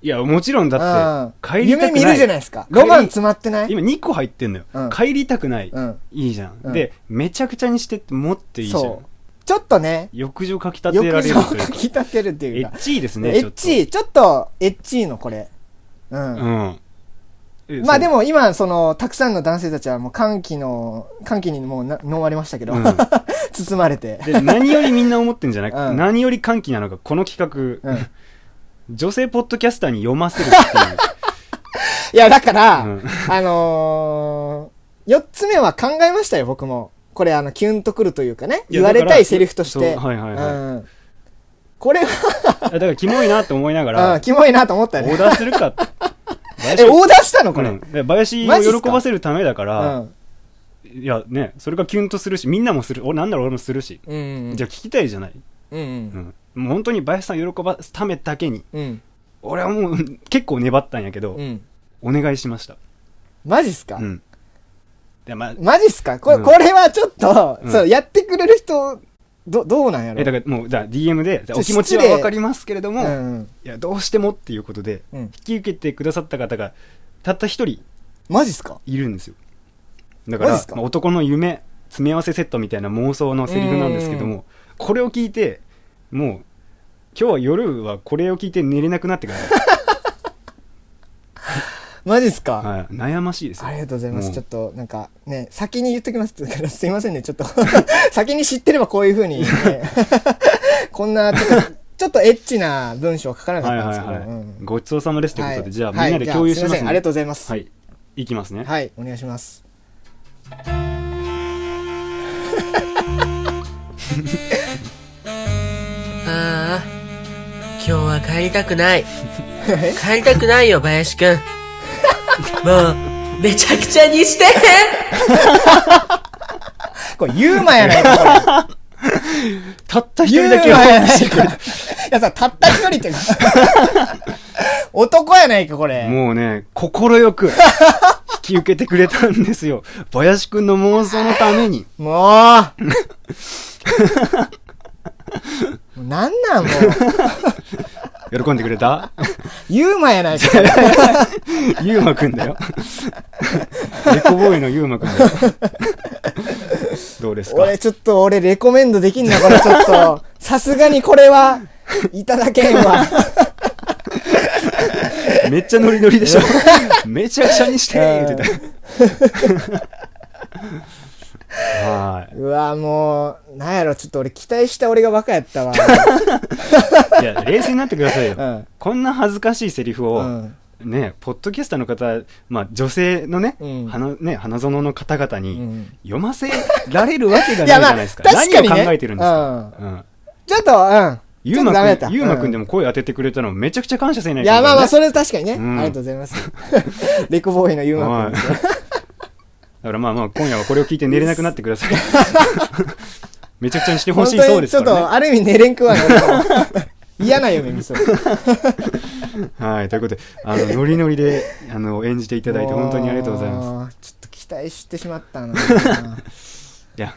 Speaker 1: す。いや、もちろんだって、
Speaker 2: うん
Speaker 1: 帰りたくない。
Speaker 2: 夢見るじゃないですか
Speaker 1: 帰り
Speaker 2: ロマン詰まってない
Speaker 1: 今2個入ってんのよ
Speaker 2: うん。
Speaker 1: 帰りたくない。
Speaker 2: うん、
Speaker 1: いいじゃん。
Speaker 2: うん
Speaker 1: で、めちゃくちゃにしてって、もっていいじゃ
Speaker 2: そ
Speaker 1: ん
Speaker 2: う。ちょっとね
Speaker 1: 浴場かき
Speaker 2: よ
Speaker 1: 立てられると
Speaker 2: く
Speaker 1: い
Speaker 2: か
Speaker 1: うか。
Speaker 2: き立てるってい
Speaker 1: エ
Speaker 2: うか
Speaker 1: ッチーですね、
Speaker 2: エッチ
Speaker 1: ち
Speaker 2: ーちょっとエッチーのこれう
Speaker 1: ょっと。
Speaker 2: ん、
Speaker 1: うん。え
Speaker 2: まあで
Speaker 1: も、
Speaker 2: も今そのたくさんの男性たちはもう歓喜の歓喜にもうな飲まれましたけど、
Speaker 1: うん
Speaker 2: 包まれて
Speaker 1: で何よりみんな思ってんじゃない、
Speaker 2: うん
Speaker 1: 何より歓喜なのがこの企画、
Speaker 2: うん
Speaker 1: 女性ポッドキャスターに読ませるって
Speaker 2: いやだ から、
Speaker 1: いう、うん
Speaker 2: あのー、4つ目は考えましたよ僕もこれあのキュンとくるというかね
Speaker 1: いや
Speaker 2: 言われたいセリフとして
Speaker 1: だからそうはいはいはい
Speaker 2: うん、これは
Speaker 1: あだからキモいなって思いなが
Speaker 2: うん
Speaker 1: ら
Speaker 2: キモいなと思った
Speaker 1: オ
Speaker 2: ね
Speaker 1: ーダーする かって
Speaker 2: えオーダーしたのこ
Speaker 1: こ
Speaker 2: れ、
Speaker 1: れ、うんで林
Speaker 2: マジっす
Speaker 1: を
Speaker 2: か
Speaker 1: 喜ばせるためだか
Speaker 2: う
Speaker 1: ら、
Speaker 2: ん
Speaker 1: いやねそれがキュンとするしみんなもする俺なんだろう俺もするし、
Speaker 2: うん
Speaker 1: じゃあ聞きたいじゃない、
Speaker 2: うんうん
Speaker 1: うん、もう本当に林さん喜ばすためだけに
Speaker 2: うん
Speaker 1: 俺はもううん結構粘ったんやけど、
Speaker 2: うん
Speaker 1: お願いしました
Speaker 2: マジっすか、
Speaker 1: うんでまあ
Speaker 2: マジっすかこれ,、
Speaker 1: うん
Speaker 2: これはちょっと、
Speaker 1: うん
Speaker 2: そうやってくれる人どどうなんやろ
Speaker 1: えだからもうじゃあ DM でじゃあ
Speaker 2: ちょ
Speaker 1: お気持ち
Speaker 2: 失礼
Speaker 1: はわかりますけれども、
Speaker 2: うん、
Speaker 1: いやどうしてもっていうことで、
Speaker 2: うん
Speaker 1: 引き受けてくださった方がたった一人
Speaker 2: マジっすか
Speaker 1: いるんですよだから
Speaker 2: マジっすか
Speaker 1: まあ男の夢詰め合わせセットみたいな妄想のセリフなんですけどもこれを聞いてもう今日は夜はこれを聞いて寝れなくなってくだ さい、
Speaker 2: マジっすか、
Speaker 1: はい、悩ましいですよ
Speaker 2: ありがとうございま
Speaker 1: も
Speaker 2: す。ちょっと、なんか、ね、先に言っときますだから、す いませんね、ちょっと、先に知ってればこういうふうに、ね、 こんな、ちょっと、 ちょっとエッチな文章を書かなか
Speaker 1: はい
Speaker 2: ったん
Speaker 1: は
Speaker 2: で
Speaker 1: い
Speaker 2: すけど、
Speaker 1: はい、
Speaker 2: うん
Speaker 1: ごちそうさまですということで、
Speaker 2: はい
Speaker 1: じゃあみん
Speaker 2: はい
Speaker 1: なで共有します
Speaker 2: じゃあすいません、ありがとう
Speaker 1: う
Speaker 2: ございます。
Speaker 1: は
Speaker 2: はい、
Speaker 1: いいきますね、
Speaker 2: お願いします。
Speaker 6: ああ、今日は帰りたくない。帰りたくないよ、林くん。もう、めちゃくちゃにして
Speaker 2: これ、ユーマやないか、こ
Speaker 1: たった
Speaker 2: れ。
Speaker 1: 一
Speaker 2: ユ
Speaker 1: 人
Speaker 2: ー
Speaker 1: だ
Speaker 2: マ
Speaker 1: け
Speaker 2: やないか。いやさ、たった一人っていうか 男やないか、これ。
Speaker 1: もうね、心よく引き受けてくれたんですよ。林くんの妄想のために。
Speaker 2: もうもうなんなん、もう。
Speaker 1: 喜んでくれた
Speaker 2: ユーマやないか、これ。
Speaker 1: ゆうまくんだよ。レコボーイのゆうまくんだよ。どうですか
Speaker 2: 俺ちょっと俺レコメンドできんなこれちょっとさすがにこれはいただけんわ
Speaker 1: めっちゃノリノリでしょめちゃくちゃにして言ってた。は
Speaker 2: うわもうなんやろちょっと俺期待した俺がバカやった わ
Speaker 1: い。いや、冷静になってくださいよ。
Speaker 2: うん
Speaker 1: こんな恥ずかしいセリフを、
Speaker 2: うん
Speaker 1: ね、ポッドキャスターの方、まあ、女性のね、
Speaker 2: うん
Speaker 1: 花ね花園の方々に、
Speaker 2: うん
Speaker 1: 読ませられるわけがないじゃないですか。
Speaker 2: いやまあ確かにね
Speaker 1: 何を考えてるんですか。うん
Speaker 2: ちょっとうん
Speaker 1: ゆ
Speaker 2: ちょ
Speaker 1: う
Speaker 2: っとダ
Speaker 1: ま
Speaker 2: メだっ
Speaker 1: く
Speaker 2: た
Speaker 1: ん、ゆうまくんで
Speaker 2: も
Speaker 1: も声当ててくれたのめちゃくちゃ感謝せない
Speaker 2: い
Speaker 1: とね
Speaker 2: やまあまあそれ確かにね、
Speaker 1: うん
Speaker 2: ありがとうございます レコボーイのゆうま
Speaker 1: はい。
Speaker 2: くん
Speaker 1: だからまあまあ、今夜はこれを聞いて寝れなくなってくださ い。めちゃくちゃにしてほ
Speaker 2: 本
Speaker 1: しい
Speaker 2: 当
Speaker 1: そうで
Speaker 2: にち
Speaker 1: す
Speaker 2: ょっ
Speaker 1: から
Speaker 2: と
Speaker 1: ね。
Speaker 2: ある意味寝れんくわね俺も 嫌な夢見そう。
Speaker 1: はいということであのノリノリであの演じていただいて本当にありがとうございます
Speaker 2: ます。ちょっと期待してしまったな。
Speaker 1: いや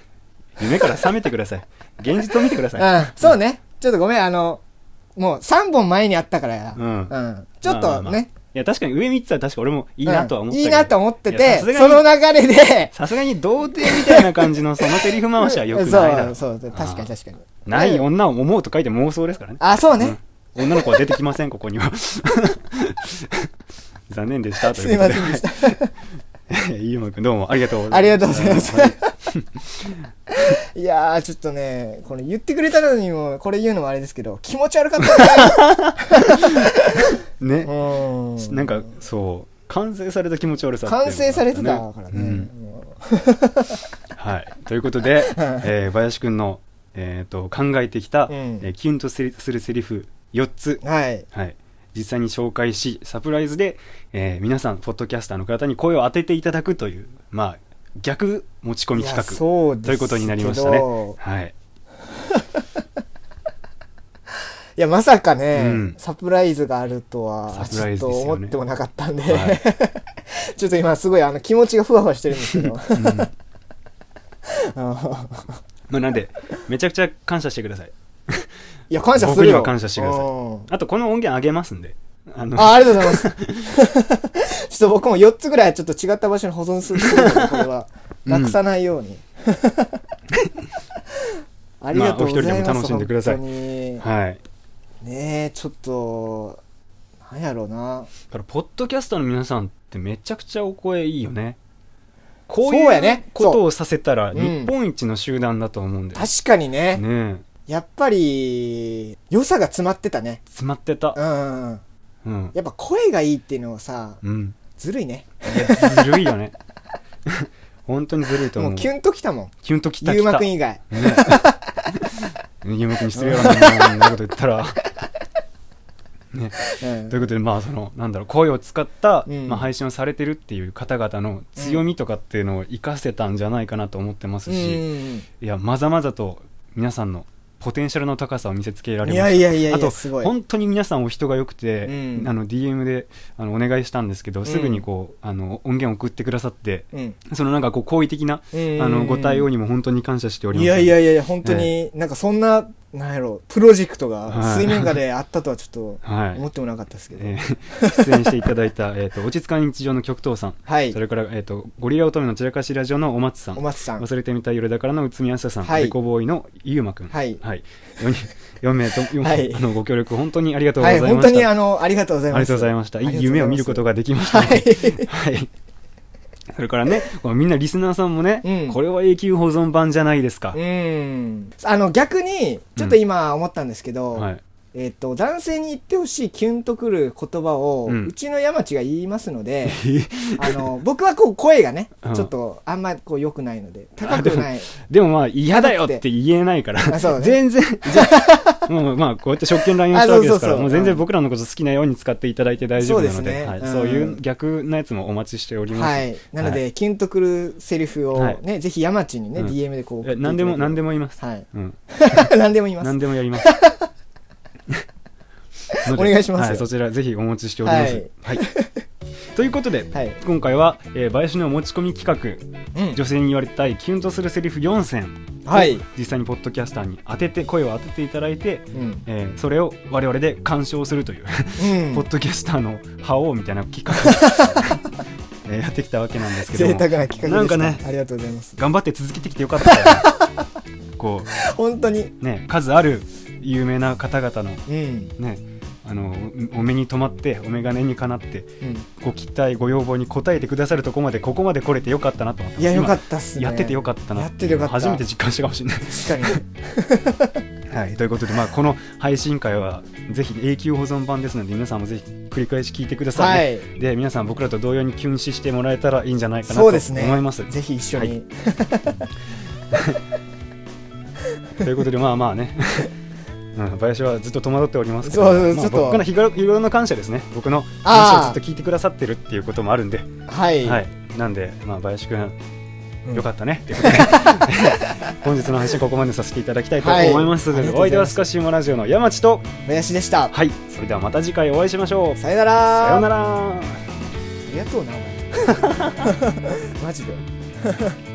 Speaker 1: 夢から覚めてください現実を見てください
Speaker 2: うん、そうね。ちょっとごめん、あの、もう3本前にあったからや。
Speaker 1: うん
Speaker 2: うん。ちょっとね。
Speaker 1: いや確かに上見てたら確か俺もいいなとは思った
Speaker 2: うん
Speaker 1: け
Speaker 2: いい
Speaker 1: ど
Speaker 2: なと思って
Speaker 1: いや
Speaker 2: て、
Speaker 1: さすがに
Speaker 2: その流れで、
Speaker 1: さすがに童貞みたいな感じのそのセリフ回しはよくないだろ
Speaker 2: そう、そう、確かに確かに。
Speaker 1: ない女を思うと書いて妄想ですからね
Speaker 2: あ、そうね。
Speaker 1: 女の子は出てきませんここには 残念でしたと
Speaker 2: す
Speaker 1: い
Speaker 2: いう
Speaker 1: こ
Speaker 2: ま
Speaker 1: と
Speaker 2: せ
Speaker 1: で
Speaker 2: んでした。
Speaker 1: 飯沼君どうもありがとうございます
Speaker 2: ありがとうございます
Speaker 1: は。
Speaker 2: いやー、ちょっとね、これ言ってくれたのにも、これ言うのもあれですけど、気持ち悪か った
Speaker 1: ね、
Speaker 2: ね。うん
Speaker 1: なんかそう完成された気持ち悪さっていうのがあ
Speaker 2: 完
Speaker 1: った
Speaker 2: 成されてたから
Speaker 1: う
Speaker 2: ね
Speaker 1: ん。
Speaker 2: もう
Speaker 1: はい、ということで、えー、林くんの、えー、と考えてきた、
Speaker 2: うん
Speaker 1: えーキュンとするするセリフ4つ、
Speaker 2: はい。
Speaker 1: はい、実際に紹介しサプライズで、えー皆さんポッドキャスターの方に声を当てていただくというまあ逆持ち込み企
Speaker 2: いや
Speaker 1: 画
Speaker 2: そうです
Speaker 1: ということになりましたね
Speaker 2: けど。
Speaker 1: はい、
Speaker 2: いや、まさかね、
Speaker 1: うん
Speaker 2: サプライズがあるとは、
Speaker 1: サプ
Speaker 2: ち
Speaker 1: ラ
Speaker 2: ょ
Speaker 1: イ
Speaker 2: っ
Speaker 1: ズ
Speaker 2: と
Speaker 1: ですよね
Speaker 2: 思ってもなかったんで、
Speaker 1: は
Speaker 2: ちょっと今すごいあの気持ちがふわふわしてるんですけど。あの
Speaker 1: まあ、なんでめちゃくちゃ感謝してください
Speaker 2: いや、感謝するよ。
Speaker 1: 僕には感謝してください
Speaker 2: うん
Speaker 1: あとこの音源上げますんであの
Speaker 2: あ、ありがとうございます。 ちょっと僕も4つぐらいちょっと違った場所に保存するので、これは。
Speaker 1: うん
Speaker 2: なくさないように。ありがとうございま す。
Speaker 1: まあお一人でも楽しんでください
Speaker 2: 本当に
Speaker 1: はい
Speaker 2: ねえ、ちょっと、なんやろうな。
Speaker 1: だからポッドキャスターの皆さんってめちゃくちゃお声いいよねこう
Speaker 2: そう
Speaker 1: い
Speaker 2: や
Speaker 1: う
Speaker 2: ね
Speaker 1: ことをさせたら
Speaker 2: そう
Speaker 1: 日本一の集団だと思うんだよ、
Speaker 2: 確かにね、
Speaker 1: ねえ
Speaker 2: やっぱり、良さが詰まってたね。
Speaker 1: 詰まってた
Speaker 2: うん。
Speaker 1: うん、
Speaker 2: やっぱ声がいいっていうのはさ、
Speaker 1: うん、
Speaker 2: ずるいね。
Speaker 1: いやずるいよね 本当にずるいと思
Speaker 2: も
Speaker 1: う
Speaker 2: うキュンときたもん。
Speaker 1: キュンときた
Speaker 2: ゆう
Speaker 1: き
Speaker 2: ま
Speaker 1: た
Speaker 2: くん以外。
Speaker 1: ね えゆうまくんに失礼やろそんなこと言った ら
Speaker 2: うん
Speaker 1: ということでまあそのなんだろう声を使った、
Speaker 2: うん
Speaker 1: まあ、配信をされてるっていう方々の強みとかっていうのを生かせたんじゃないかなと思ってます
Speaker 2: う
Speaker 1: し、
Speaker 2: ん。
Speaker 1: いやまざまざと皆さんのポテンシャルの高さを見せつけられま
Speaker 2: い
Speaker 1: した
Speaker 2: やいやいや
Speaker 1: あ
Speaker 2: い
Speaker 1: と
Speaker 2: や、すごい。
Speaker 1: 本当に皆さんお人が良くて、
Speaker 2: うん
Speaker 1: あの DM であのお願いしたんですけどすぐにこう、あの音源送ってくださって
Speaker 2: うん。
Speaker 1: そのなんかこう好意的な、
Speaker 2: うん
Speaker 1: あのご対応にも本当に感謝しております
Speaker 2: いやいやいやいや、本当に、なんかそんな、なんやろ、プロジェクト
Speaker 1: は
Speaker 2: が
Speaker 1: い
Speaker 2: 水面下であったとはちょっと
Speaker 1: はい
Speaker 2: 思ってもなかったですけど。
Speaker 1: えー出演していただいた「えー、と落ち着かない日常」の極東さん、
Speaker 2: はい
Speaker 1: そ。れから、えーと「ゴリラ乙女の散らかしラジオ」のお松さん
Speaker 2: お松さん。
Speaker 1: 忘れてみたい夜だからの宇都宮さん、
Speaker 2: はい
Speaker 1: リコボーイのゆうまくん、
Speaker 2: はい
Speaker 1: 4, 4名と4、
Speaker 2: はい
Speaker 1: あのご協力本当にありがとうご
Speaker 2: は
Speaker 1: ざ
Speaker 2: い、
Speaker 1: いました、
Speaker 2: 本当にあの、ありがとうございます。
Speaker 1: ありがとうございました。いい夢を見ること
Speaker 2: が。
Speaker 1: ができました、
Speaker 2: はい。
Speaker 1: はい。それからね、このみんなリスナーさんもね、
Speaker 2: うん
Speaker 1: これは永久保存版じゃないですか。
Speaker 2: うん。あの、逆に、ちょっと今思ったんですけど、
Speaker 1: はい。
Speaker 2: えっと、男性に言ってほしいキュンとくる言葉を、
Speaker 1: うん
Speaker 2: うちの山地が言います ので、あの、僕はこう声がね
Speaker 1: うん、
Speaker 2: ちょっとあんまこう良くないので、高くない。
Speaker 1: でも まあ嫌だよって言えないから、
Speaker 2: あそうね
Speaker 1: 全然、 もうまあこうやって職権乱用したわけですから、
Speaker 2: あそうそうそう
Speaker 1: もう全然僕らのこと好きなように使っていただいて大丈夫なので、
Speaker 2: そうですね
Speaker 1: はい
Speaker 2: うん
Speaker 1: そういう逆のやつもお待ちしております。
Speaker 2: はい。なの
Speaker 1: は
Speaker 2: で、キュンとくるセリフを
Speaker 1: は
Speaker 2: ね、ぜひ山地にね、
Speaker 1: うん
Speaker 2: DM でこう。
Speaker 1: え何でも何で
Speaker 2: も。
Speaker 1: も言います。
Speaker 2: はい。
Speaker 1: うん、
Speaker 2: 何でも言い ます
Speaker 1: 何。でもやり ます。ので
Speaker 2: お願いしますよ
Speaker 1: はい、そちらぜひお持ちしております。はい。 ということで、
Speaker 2: はい
Speaker 1: 今回は、えー、林の持ち込み企画、
Speaker 2: うん
Speaker 1: 女性に言われたいキュンとするセリフ4選
Speaker 2: はい。
Speaker 1: 実際にポッドキャスターに当てて声を当てていただいて、
Speaker 2: うん。
Speaker 1: えーそれを我々で鑑賞するという、
Speaker 2: うん
Speaker 1: ポッドキャスターの覇王みたいな企画 を、えーやってきたわけなんですけど
Speaker 2: 贅
Speaker 1: も
Speaker 2: 沢な企画
Speaker 1: なん
Speaker 2: で
Speaker 1: か
Speaker 2: した。
Speaker 1: ね
Speaker 2: ありがとうございます。
Speaker 1: 頑張って続けてきてよかった よねこ
Speaker 2: 本当に。
Speaker 1: うね数ある有名な方々の
Speaker 2: うん。
Speaker 1: ねあのおお目に留まってお眼鏡にかなって
Speaker 2: うん
Speaker 1: ご期待ご要望に応えてくださるとこまでここまで来れてよかったなと思ってます
Speaker 2: いや、よ
Speaker 1: 今
Speaker 2: かったっすね。
Speaker 1: やっててよ
Speaker 2: か
Speaker 1: かったな
Speaker 2: やっててよかった
Speaker 1: 初めて実感したかもしれない
Speaker 2: った。確か に。
Speaker 1: はい、ということで、まあ、この配信会はぜひ永久保存版ですので皆さんもぜひ繰り返し聞いてくださいね、で皆さん僕らと同様に禁止してもらえたらいいんじゃないかなと
Speaker 2: そうですね
Speaker 1: 思います。
Speaker 2: ぜひ一緒に。
Speaker 1: ということでまあま あね、うん、林はずっと戸惑っておりますけど
Speaker 2: そうそう
Speaker 1: まあ
Speaker 2: ちょっと
Speaker 1: 僕の日頃日頃の感謝ですね僕の話を
Speaker 2: あー
Speaker 1: ずっと聞いてくださってるっていうこともあるんで、
Speaker 2: はい。
Speaker 1: はい、なんで、まあ、林くん
Speaker 2: うん
Speaker 1: よかった ね。という ことで本日の配信ここまでさせていただきたいと思います。
Speaker 2: はい
Speaker 1: お相手はスカッシュモラジオの山地と、
Speaker 2: 林でした。
Speaker 1: はい、それではまた次回お会いしましょう。さ
Speaker 2: さよなら。
Speaker 1: ようなら。
Speaker 2: ありがとうな、お前マジで。